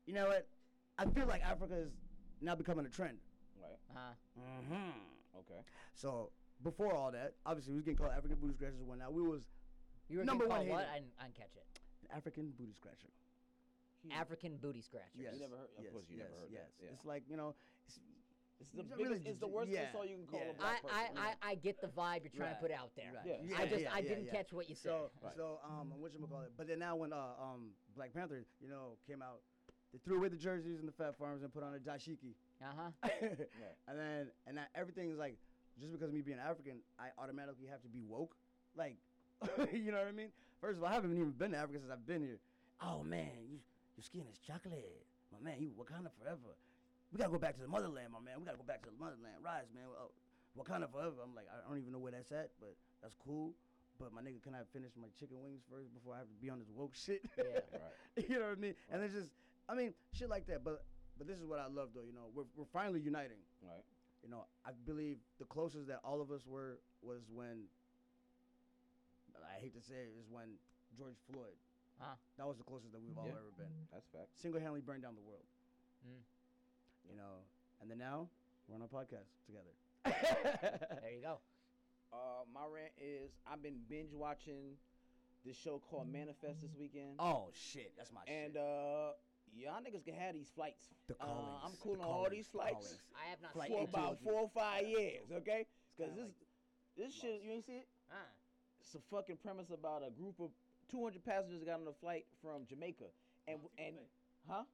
S5: You know what? I feel like Africa is now becoming a trend.
S3: Right.
S4: Uh,
S3: Mm-hmm. Okay.
S5: So before all that, obviously we was getting called African booty scratchers and whatnot. We was
S4: you were
S5: Number
S4: gonna
S5: one
S4: call what?
S5: hater.
S4: I didn't, I didn't catch it.
S5: an African booty scratcher.
S4: African booty scratchers.
S5: Yes.
S3: never heard- of
S5: yes,
S3: course you
S5: yes,
S3: never heard that,
S5: yes.
S3: yeah.
S5: It's like you know, it's,
S3: It's the
S5: It's
S3: biggest,
S5: not really
S3: it's the
S5: jiji-
S3: worst
S5: yeah,
S3: insult you can call
S5: yeah.
S3: a
S4: I,
S3: black person.
S4: I, I, I get the vibe you're trying to
S5: Right.
S4: put out there.
S5: Right.
S3: Yeah.
S4: I just
S5: yeah,
S4: I
S5: yeah,
S4: didn't
S5: yeah.
S4: catch what you said.
S5: So,
S3: Right.
S5: so um, what you call it? But then now when uh, um, Black Panther, you know, came out, they threw away the jerseys and the fat farms and put on a dashiki,
S4: uh huh.
S5: and then and now everything's like, just because of me being African, I automatically have to be woke, like, you know what I mean? First of all, I haven't even been to Africa since I've been here. Oh man, you, your skin is chocolate, my man. You Wakanda forever. We gotta go back to the motherland, my man. We gotta go back to the motherland. Rise, man. Oh, Wakanda forever. I'm like, I don't even know where that's at, but that's cool. But my nigga, can I finish my chicken wings first before I have to be on this woke shit?
S4: Yeah.
S5: right. You know what I mean? And it's just, I mean, shit like that. But but this is what I love though. You know, we're we're finally uniting.
S3: Right.
S5: You know, I believe the closest that all of us were was when. I hate to say it, is when George Floyd.
S4: Huh.
S5: That was the closest that we've all
S3: Yeah.
S5: ever been
S3: That's fact.
S5: single-handedly burned down the world.
S4: Mm.
S5: You know, and then now we're on a podcast together.
S4: There you go.
S3: Uh, my rant is I've been binge watching this show called Manifest this weekend,
S5: Oh shit, that's my
S3: and uh, y'all niggas can have these flights.
S5: the
S3: uh,
S5: callings.
S3: I'm
S5: the
S3: cool on all
S5: callings,
S3: these
S5: the
S3: flights.
S5: callings.
S4: I have not
S5: Flight
S4: seen
S3: for
S5: Like
S4: it.
S3: about
S5: ATOs,
S3: four or five years, okay? Because
S5: kinda
S3: this this shit
S5: Lost.
S3: you ain't see it.
S4: Uh,
S3: It's a fucking premise about a group of 200 passengers got on a flight from Jamaica and and huh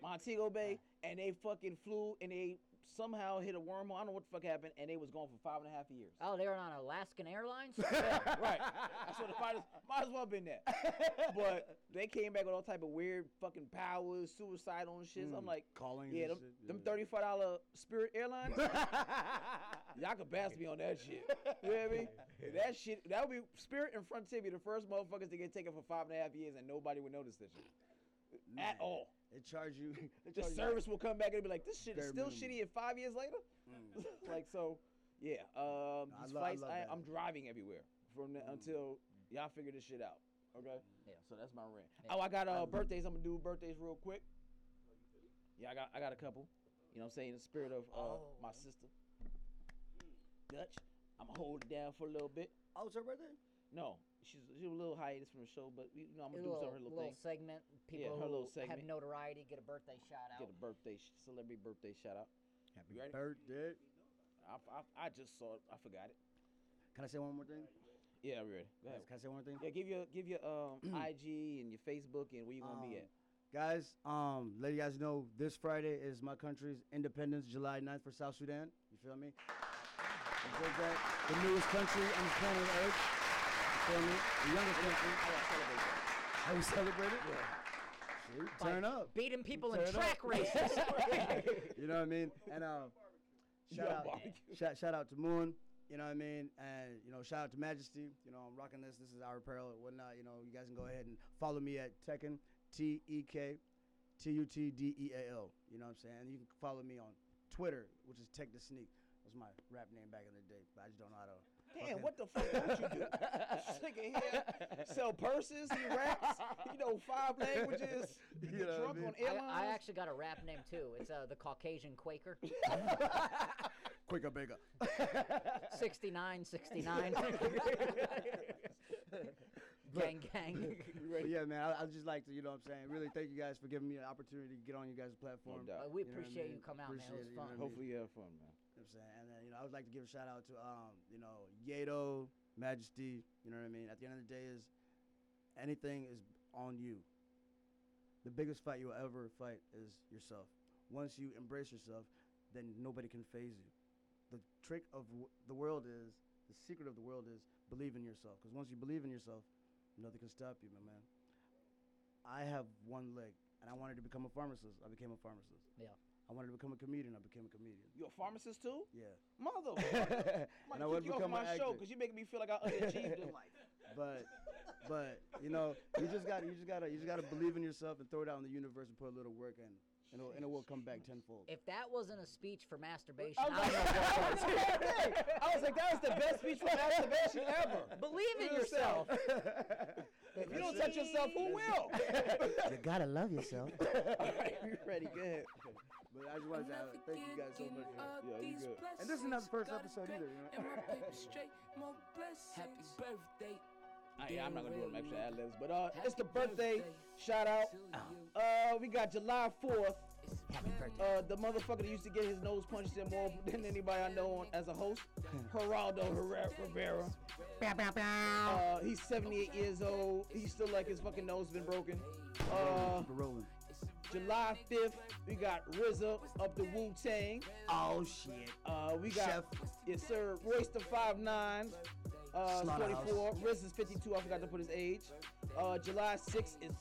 S3: Montego Bay and they fucking flew and they somehow hit a wormhole. I don't know what the fuck happened and they was gone for five and a half years.
S4: oh, they were on Alaskan Airlines.
S3: Yeah, right. That's what the fighters might as well been there. But they came back with all type of weird fucking powers, suicidal and shit. So I'm
S5: Mm,
S3: like,
S5: callings.
S3: yeah,
S5: and
S3: them,
S5: shit,
S3: them
S5: yeah.
S3: thirty-four dollar Spirit Airlines, y'all could pass me on that shit. You know what I mean? That shit, that would be Spirit and Frontier be the first motherfuckers to get taken for five and a half years, and nobody would notice this shit
S5: Man,
S3: at all.
S5: They charge you. They
S3: The
S5: charge you-
S3: service will come back and be like, this shit is
S5: Bare
S3: still
S5: minimum.
S3: shitty, and five years later,
S5: Mm.
S3: like so, yeah. Um,
S5: No, I
S3: these
S5: lo- I
S3: flights,
S5: love
S3: I,
S5: that.
S3: I'm driving everywhere from the,
S5: Mm.
S3: until y'all figure this shit out. Okay.
S4: Yeah.
S3: So that's my rant.
S4: Yeah.
S3: Oh, I got uh, birthdays. I'm gonna do birthdays real quick. Yeah, I got I got a couple. You know what I'm saying? In the spirit of uh,
S4: Oh.
S3: my sister, Dutch. I'm gonna hold it down for a little bit.
S5: Oh, it's her birthday.
S3: No, she's she's a little hiatus from the show, but you know I'm
S4: A
S3: gonna do
S4: little,
S3: some of her little
S4: little
S3: things.
S4: segment. People
S3: her little
S4: who
S3: segment.
S4: have notoriety get a birthday shout out.
S3: Get a birthday sh- celebrity birthday shout out.
S5: Happy
S3: You ready?
S5: birthday.
S3: I, I, I just saw it. I forgot it.
S5: Can I say one more thing?
S3: Yeah, I'm ready. Go ahead.
S5: Can I say one more thing?
S3: Yeah, give your give your um IG and your Facebook and where you gonna be
S5: Um,
S3: at.
S5: Guys, um, let you guys know this Friday is my country's independence, July 9th for South Sudan. You feel me? Enjoy that. The newest country on the planet Earth. You feel me? The youngest country. How we celebrate it? Shoot,
S4: By
S5: Turn up.
S4: Beating people in
S5: Turn up.
S4: track races.
S5: you know what I mean? And um, shout
S3: Yeah,
S5: out,
S3: barbecue.
S5: shout, shout out to Moon. You know what I mean? And you know, shout out to Majesty. You know, I'm rocking this. This is our apparel and whatnot. You know, you guys can go ahead and follow me at Tekken T E K T U T D E A L. You know what I'm saying? And you can follow me on Twitter, which is Tech the Sneak. That's my rap name back in the day, but I just don't know how to.
S3: Damn,
S5: fucking-
S3: what the fuck don't you do? This nigga here sell purses, he raps, he know five languages, he
S5: You
S3: get
S5: know what I
S3: drunk
S5: mean?
S3: on
S5: I-
S4: I,
S3: airlines.
S4: I actually got a rap name too. It's uh, the Caucasian Quaker.
S5: Quicker, bigger.
S4: 69, 69. gang, gang.
S5: You ready? Yeah, man. I, I just like to, you know what I'm saying? Really thank you guys for giving me an opportunity to get on you guys' platform.
S3: doubt.
S4: Uh, we
S5: You know what I
S4: appreciate
S5: mean?
S4: you coming out, man. It
S5: Appreciate
S4: was
S5: it, you know
S4: fun.
S5: what I mean?
S3: Hopefully you have fun, man.
S5: You know what I'm saying? And then, you know, I would like to give a shout out to, um, you know, Yato, Majesty, you know what I mean? At the end of the day is anything is on you. The biggest fight you'll ever fight is yourself. Once you embrace yourself, then nobody can phase you. The trick of w- the world is, the secret of the world is believe in yourself. Because once you believe in yourself, nothing can stop you, my man. I have one leg, and I wanted to become a pharmacist. I became a pharmacist.
S4: Yeah.
S5: I wanted to become a comedian. I became a comedian.
S3: You a pharmacist too?
S5: Yeah.
S3: Motherfucker. I'm
S5: And I
S3: gonna
S5: would
S3: kick you off
S5: become
S3: my
S5: an
S3: show
S5: actor.
S3: because you making me feel like I underachieved in life.
S5: but but you know you just got to you just got to you just got to believe in yourself and throw it out in the universe and put a little work in and it'll, and it will come back tenfold.
S4: If that wasn't a speech for masturbation,
S3: I
S4: I
S3: was, like,
S4: don't know what
S3: I was the same thing. I was like, that was the best speech for masturbation ever.
S4: Believe in
S3: Real
S4: yourself.
S3: If you don't touch yourself, who will?
S6: You gotta love yourself.
S3: All right, you ready? Go ahead.
S5: But I just want to say uh, thank you guys so much. man.
S3: Yeah, you good.
S5: And this is not the first episode either. You know?
S8: Happy birthday.
S3: I, yeah, I'm not gonna do an extra ad libs, but uh, it's the birthday shout out. Uh, we got July 4th.
S6: Happy birthday.
S3: Uh, the motherfucker that used to get his nose punched in more than anybody I know on, as a host, Geraldo Herrera, Rivera.
S6: Bow, bow, bow.
S3: Uh, he's 78 years old. He's still like his fucking nose been broken. Uh,
S5: Keep it rolling.
S3: July 5th, we got RZA of the Wu Tang.
S5: Oh shit.
S3: Uh, we got
S5: Chef.
S3: yes sir, Royce the five nine. Uh,
S5: Slaughterhouse.
S3: 24. Riz is 52. I forgot to put his age. Uh, July 6th is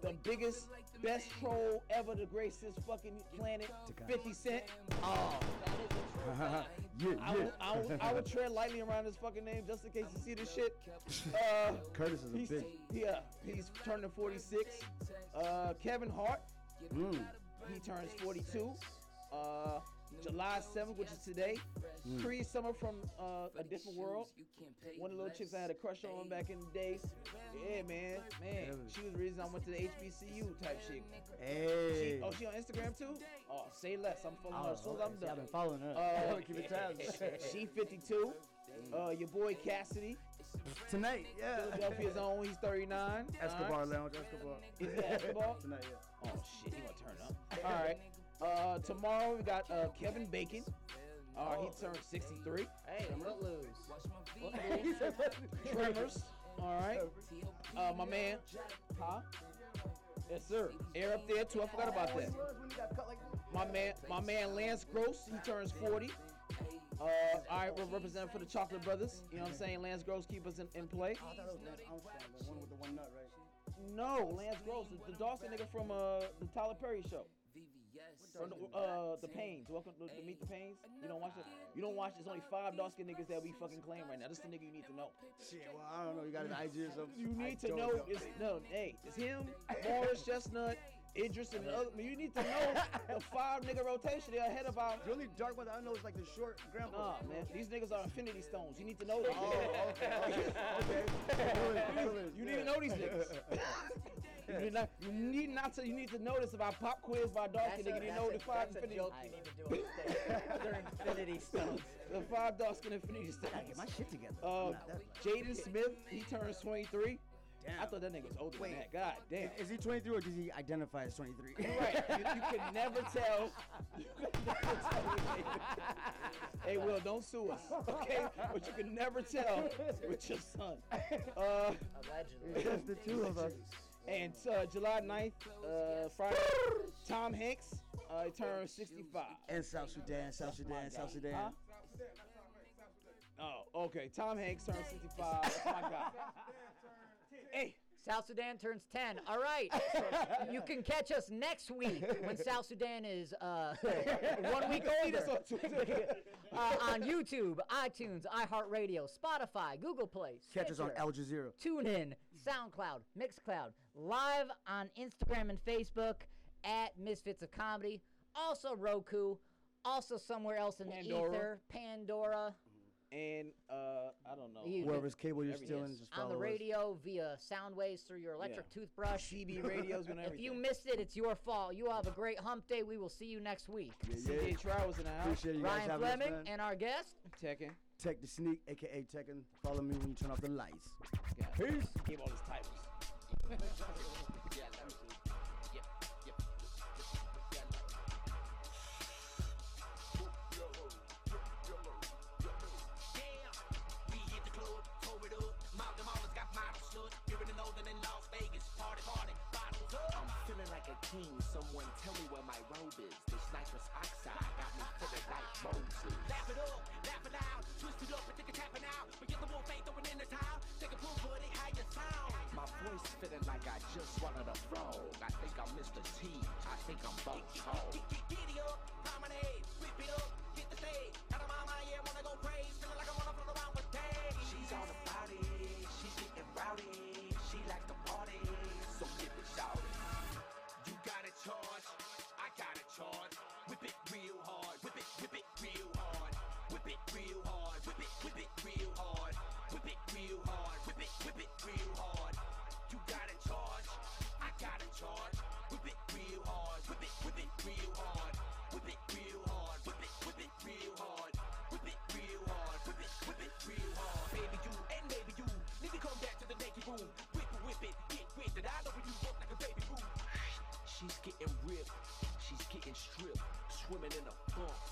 S3: the biggest, best troll ever to grace this fucking planet.
S5: Tikka.
S3: 50 Cent.
S5: Oh. yeah,
S3: I
S5: yeah.
S3: would, I, would, I would tread lightly around his fucking name just in case you see this shit. Uh,
S5: Curtis is a
S3: he's,
S5: big.
S3: yeah, he's turning 46. Uh, Kevin Hart,
S5: Mm.
S3: he turns 42. Uh, July 7th, which is today.
S5: Mm.
S3: Cree Summer from uh, A Different World. One of the little chicks I had a crush on back in the day. Yeah, man. Man,
S5: Really?
S3: she was the reason I went to the HBCU type shit.
S5: Hey.
S3: She, oh, she on Instagram too? Oh, say less. I'm following her as soon as I'm
S5: Oh, See, I've
S3: done.
S5: been following her.
S3: Uh,
S5: keeping tabs.
S3: she 52. Uh, your boy Cassidy,
S5: Tonight, yeah.
S3: Philadelphia's own. He's 39.
S5: Escobar
S3: Alright.
S5: Lounge, Escobar.
S3: Is it Escobar?
S5: Tonight, yeah.
S3: Oh shit, he gonna turn up. All right. Uh, tomorrow we got uh, Kevin Bacon. Uh, he turned 63.
S4: Hey, Footloose.
S3: Tremors. All right. Uh, my man. Huh? Yes, sir. Air up there too. I forgot about that. My man, my man Lance Gross. He turns 40. Uh, all right, we're representing for the Chocolate Brothers. You know what I'm saying? Lance Gross keep us in, in play.
S5: I thought it was Lance Armstrong, the one with the one nut, right?
S3: No, Lance Gross, the, the Dawson nigga from uh, the Tyler Perry show. From the, uh, the Pains. Welcome to, to Meet the Pains. You don't watch it. You don't watch. There's only five dark skin niggas that we fucking claim right now. This is the nigga you need to know.
S5: Shit, well, I don't know. You got an IG or something?
S3: You
S5: I
S3: need to
S5: don't
S3: know. It's, no, hey, it's him, Morris Chestnut, Idris, and the other. You need to know the five nigga rotation. They're ahead of our.
S5: The only dark one that I know is like the short grandpa.
S3: Nah, man. These niggas are infinity stones. You need to know them.
S5: Oh, okay. okay. Killers, killers,
S3: You need
S5: yeah.
S3: to know these niggas. You need, not, you need not to. You need to know this about pop quiz by dark skin.
S4: That's a-
S3: nigga. You need to
S4: that's
S3: know
S4: a-
S3: the five
S4: that's a
S3: infinity.
S4: joke you need to do on stage during Infinity Stones.
S3: The five dark skin infinity stones.
S5: Get my shit together.
S3: Uh,
S5: Nah, that-
S3: Jaden Smith, he turns 23.
S5: damn.
S3: I thought that nigga was older
S5: Wait.
S3: than that. God damn.
S5: Is he 23 or does he identify as 23?
S3: You're right. You, you can never tell. You can never tell when they- hey, Will, don't sue us, okay? But you can never tell with your son. Uh,
S4: Allegedly.
S5: Just the two of us.
S3: and uh, July 9th, uh, Friday, Tom Hanks uh, turned 65.
S5: And South Sudan, South Sudan, South Sudan.
S3: Huh? Oh, okay. Tom Hanks turned 65. That's my God. Hey,
S4: South Sudan turns 10. All right. you can catch us next week when South Sudan is uh, one week
S3: you can see
S4: older.
S3: this on Twitter.
S4: uh, on YouTube, iTunes, iHeartRadio, Spotify, Google Play.
S5: Catch us on
S4: Stitcher,
S5: Al Jazeera.
S4: TuneIn, SoundCloud, Mixcloud, live on Instagram and Facebook at Misfits of Comedy. Also Roku. Also somewhere else in
S3: Pandora.
S4: the ether, Pandora,
S3: and uh, I don't know.
S4: You-
S5: Wherever's cable you're
S3: Everything
S5: still in,
S3: is
S5: just
S4: on
S5: follow
S4: the
S5: us.
S4: radio via sound waves through your electric toothbrush.
S3: CB radios and everything.
S4: If you missed it, it's your fault. You all have a great hump day. We will see you next week.
S5: Yeah, yeah.
S3: CJ Trow was in the house.
S5: Appreciate you guys
S4: Ryan
S5: having us,
S4: Fleming
S5: man.
S4: and our guest.
S3: Checking.
S5: Tech the Sneak, aka Tekken. Follow me when you turn off the lights.
S3: Peace. Keep all his titles.
S2: We hit the club, tore it up. Mobbed them all, it's got models stood. Here in the northern in Las Vegas, party, party, bottles up.
S1: I'm feeling like a king. Someone tell me where my robe is. This nitrous oxide got me feeling like Moses.
S2: Laugh it up, laugh it out. Twist it up and take a tap it out. But get the wolf ain't throwing in the towel. Take a pull, buddy, how you sound?
S1: My voice feeling like I just swallowed a frog. I think I'm Mr. T. I think I'm Bo Tall.
S2: Get, get, giddy up, promenade, whip it up, hit the stage. Out of my mind, yeah, wanna go crazy. Feeling like I wanna float around with days.
S1: She's all about it. She's getting rowdy. She likes to party. So give it shouty. You gotta charge. I gotta charge. Whip it real hard. Whip it, whip it real hard. Whip it real hard. Whip it, whip it real hard. Whip it real hard. Whip it, whip it real hard. You gotta charge. I gotta charge. Whip it real hard. Whip it, whip it real hard. Whip it real hard. Whip it, whip it real hard. Whip it real hard. Whip it, whip it real hard. Baby you and maybe you need to come back to the naked room. Whip it, whip it, get with it. I know when you walk like a baby boo. She's getting ripped. She's getting stripped. Swimming in a funk.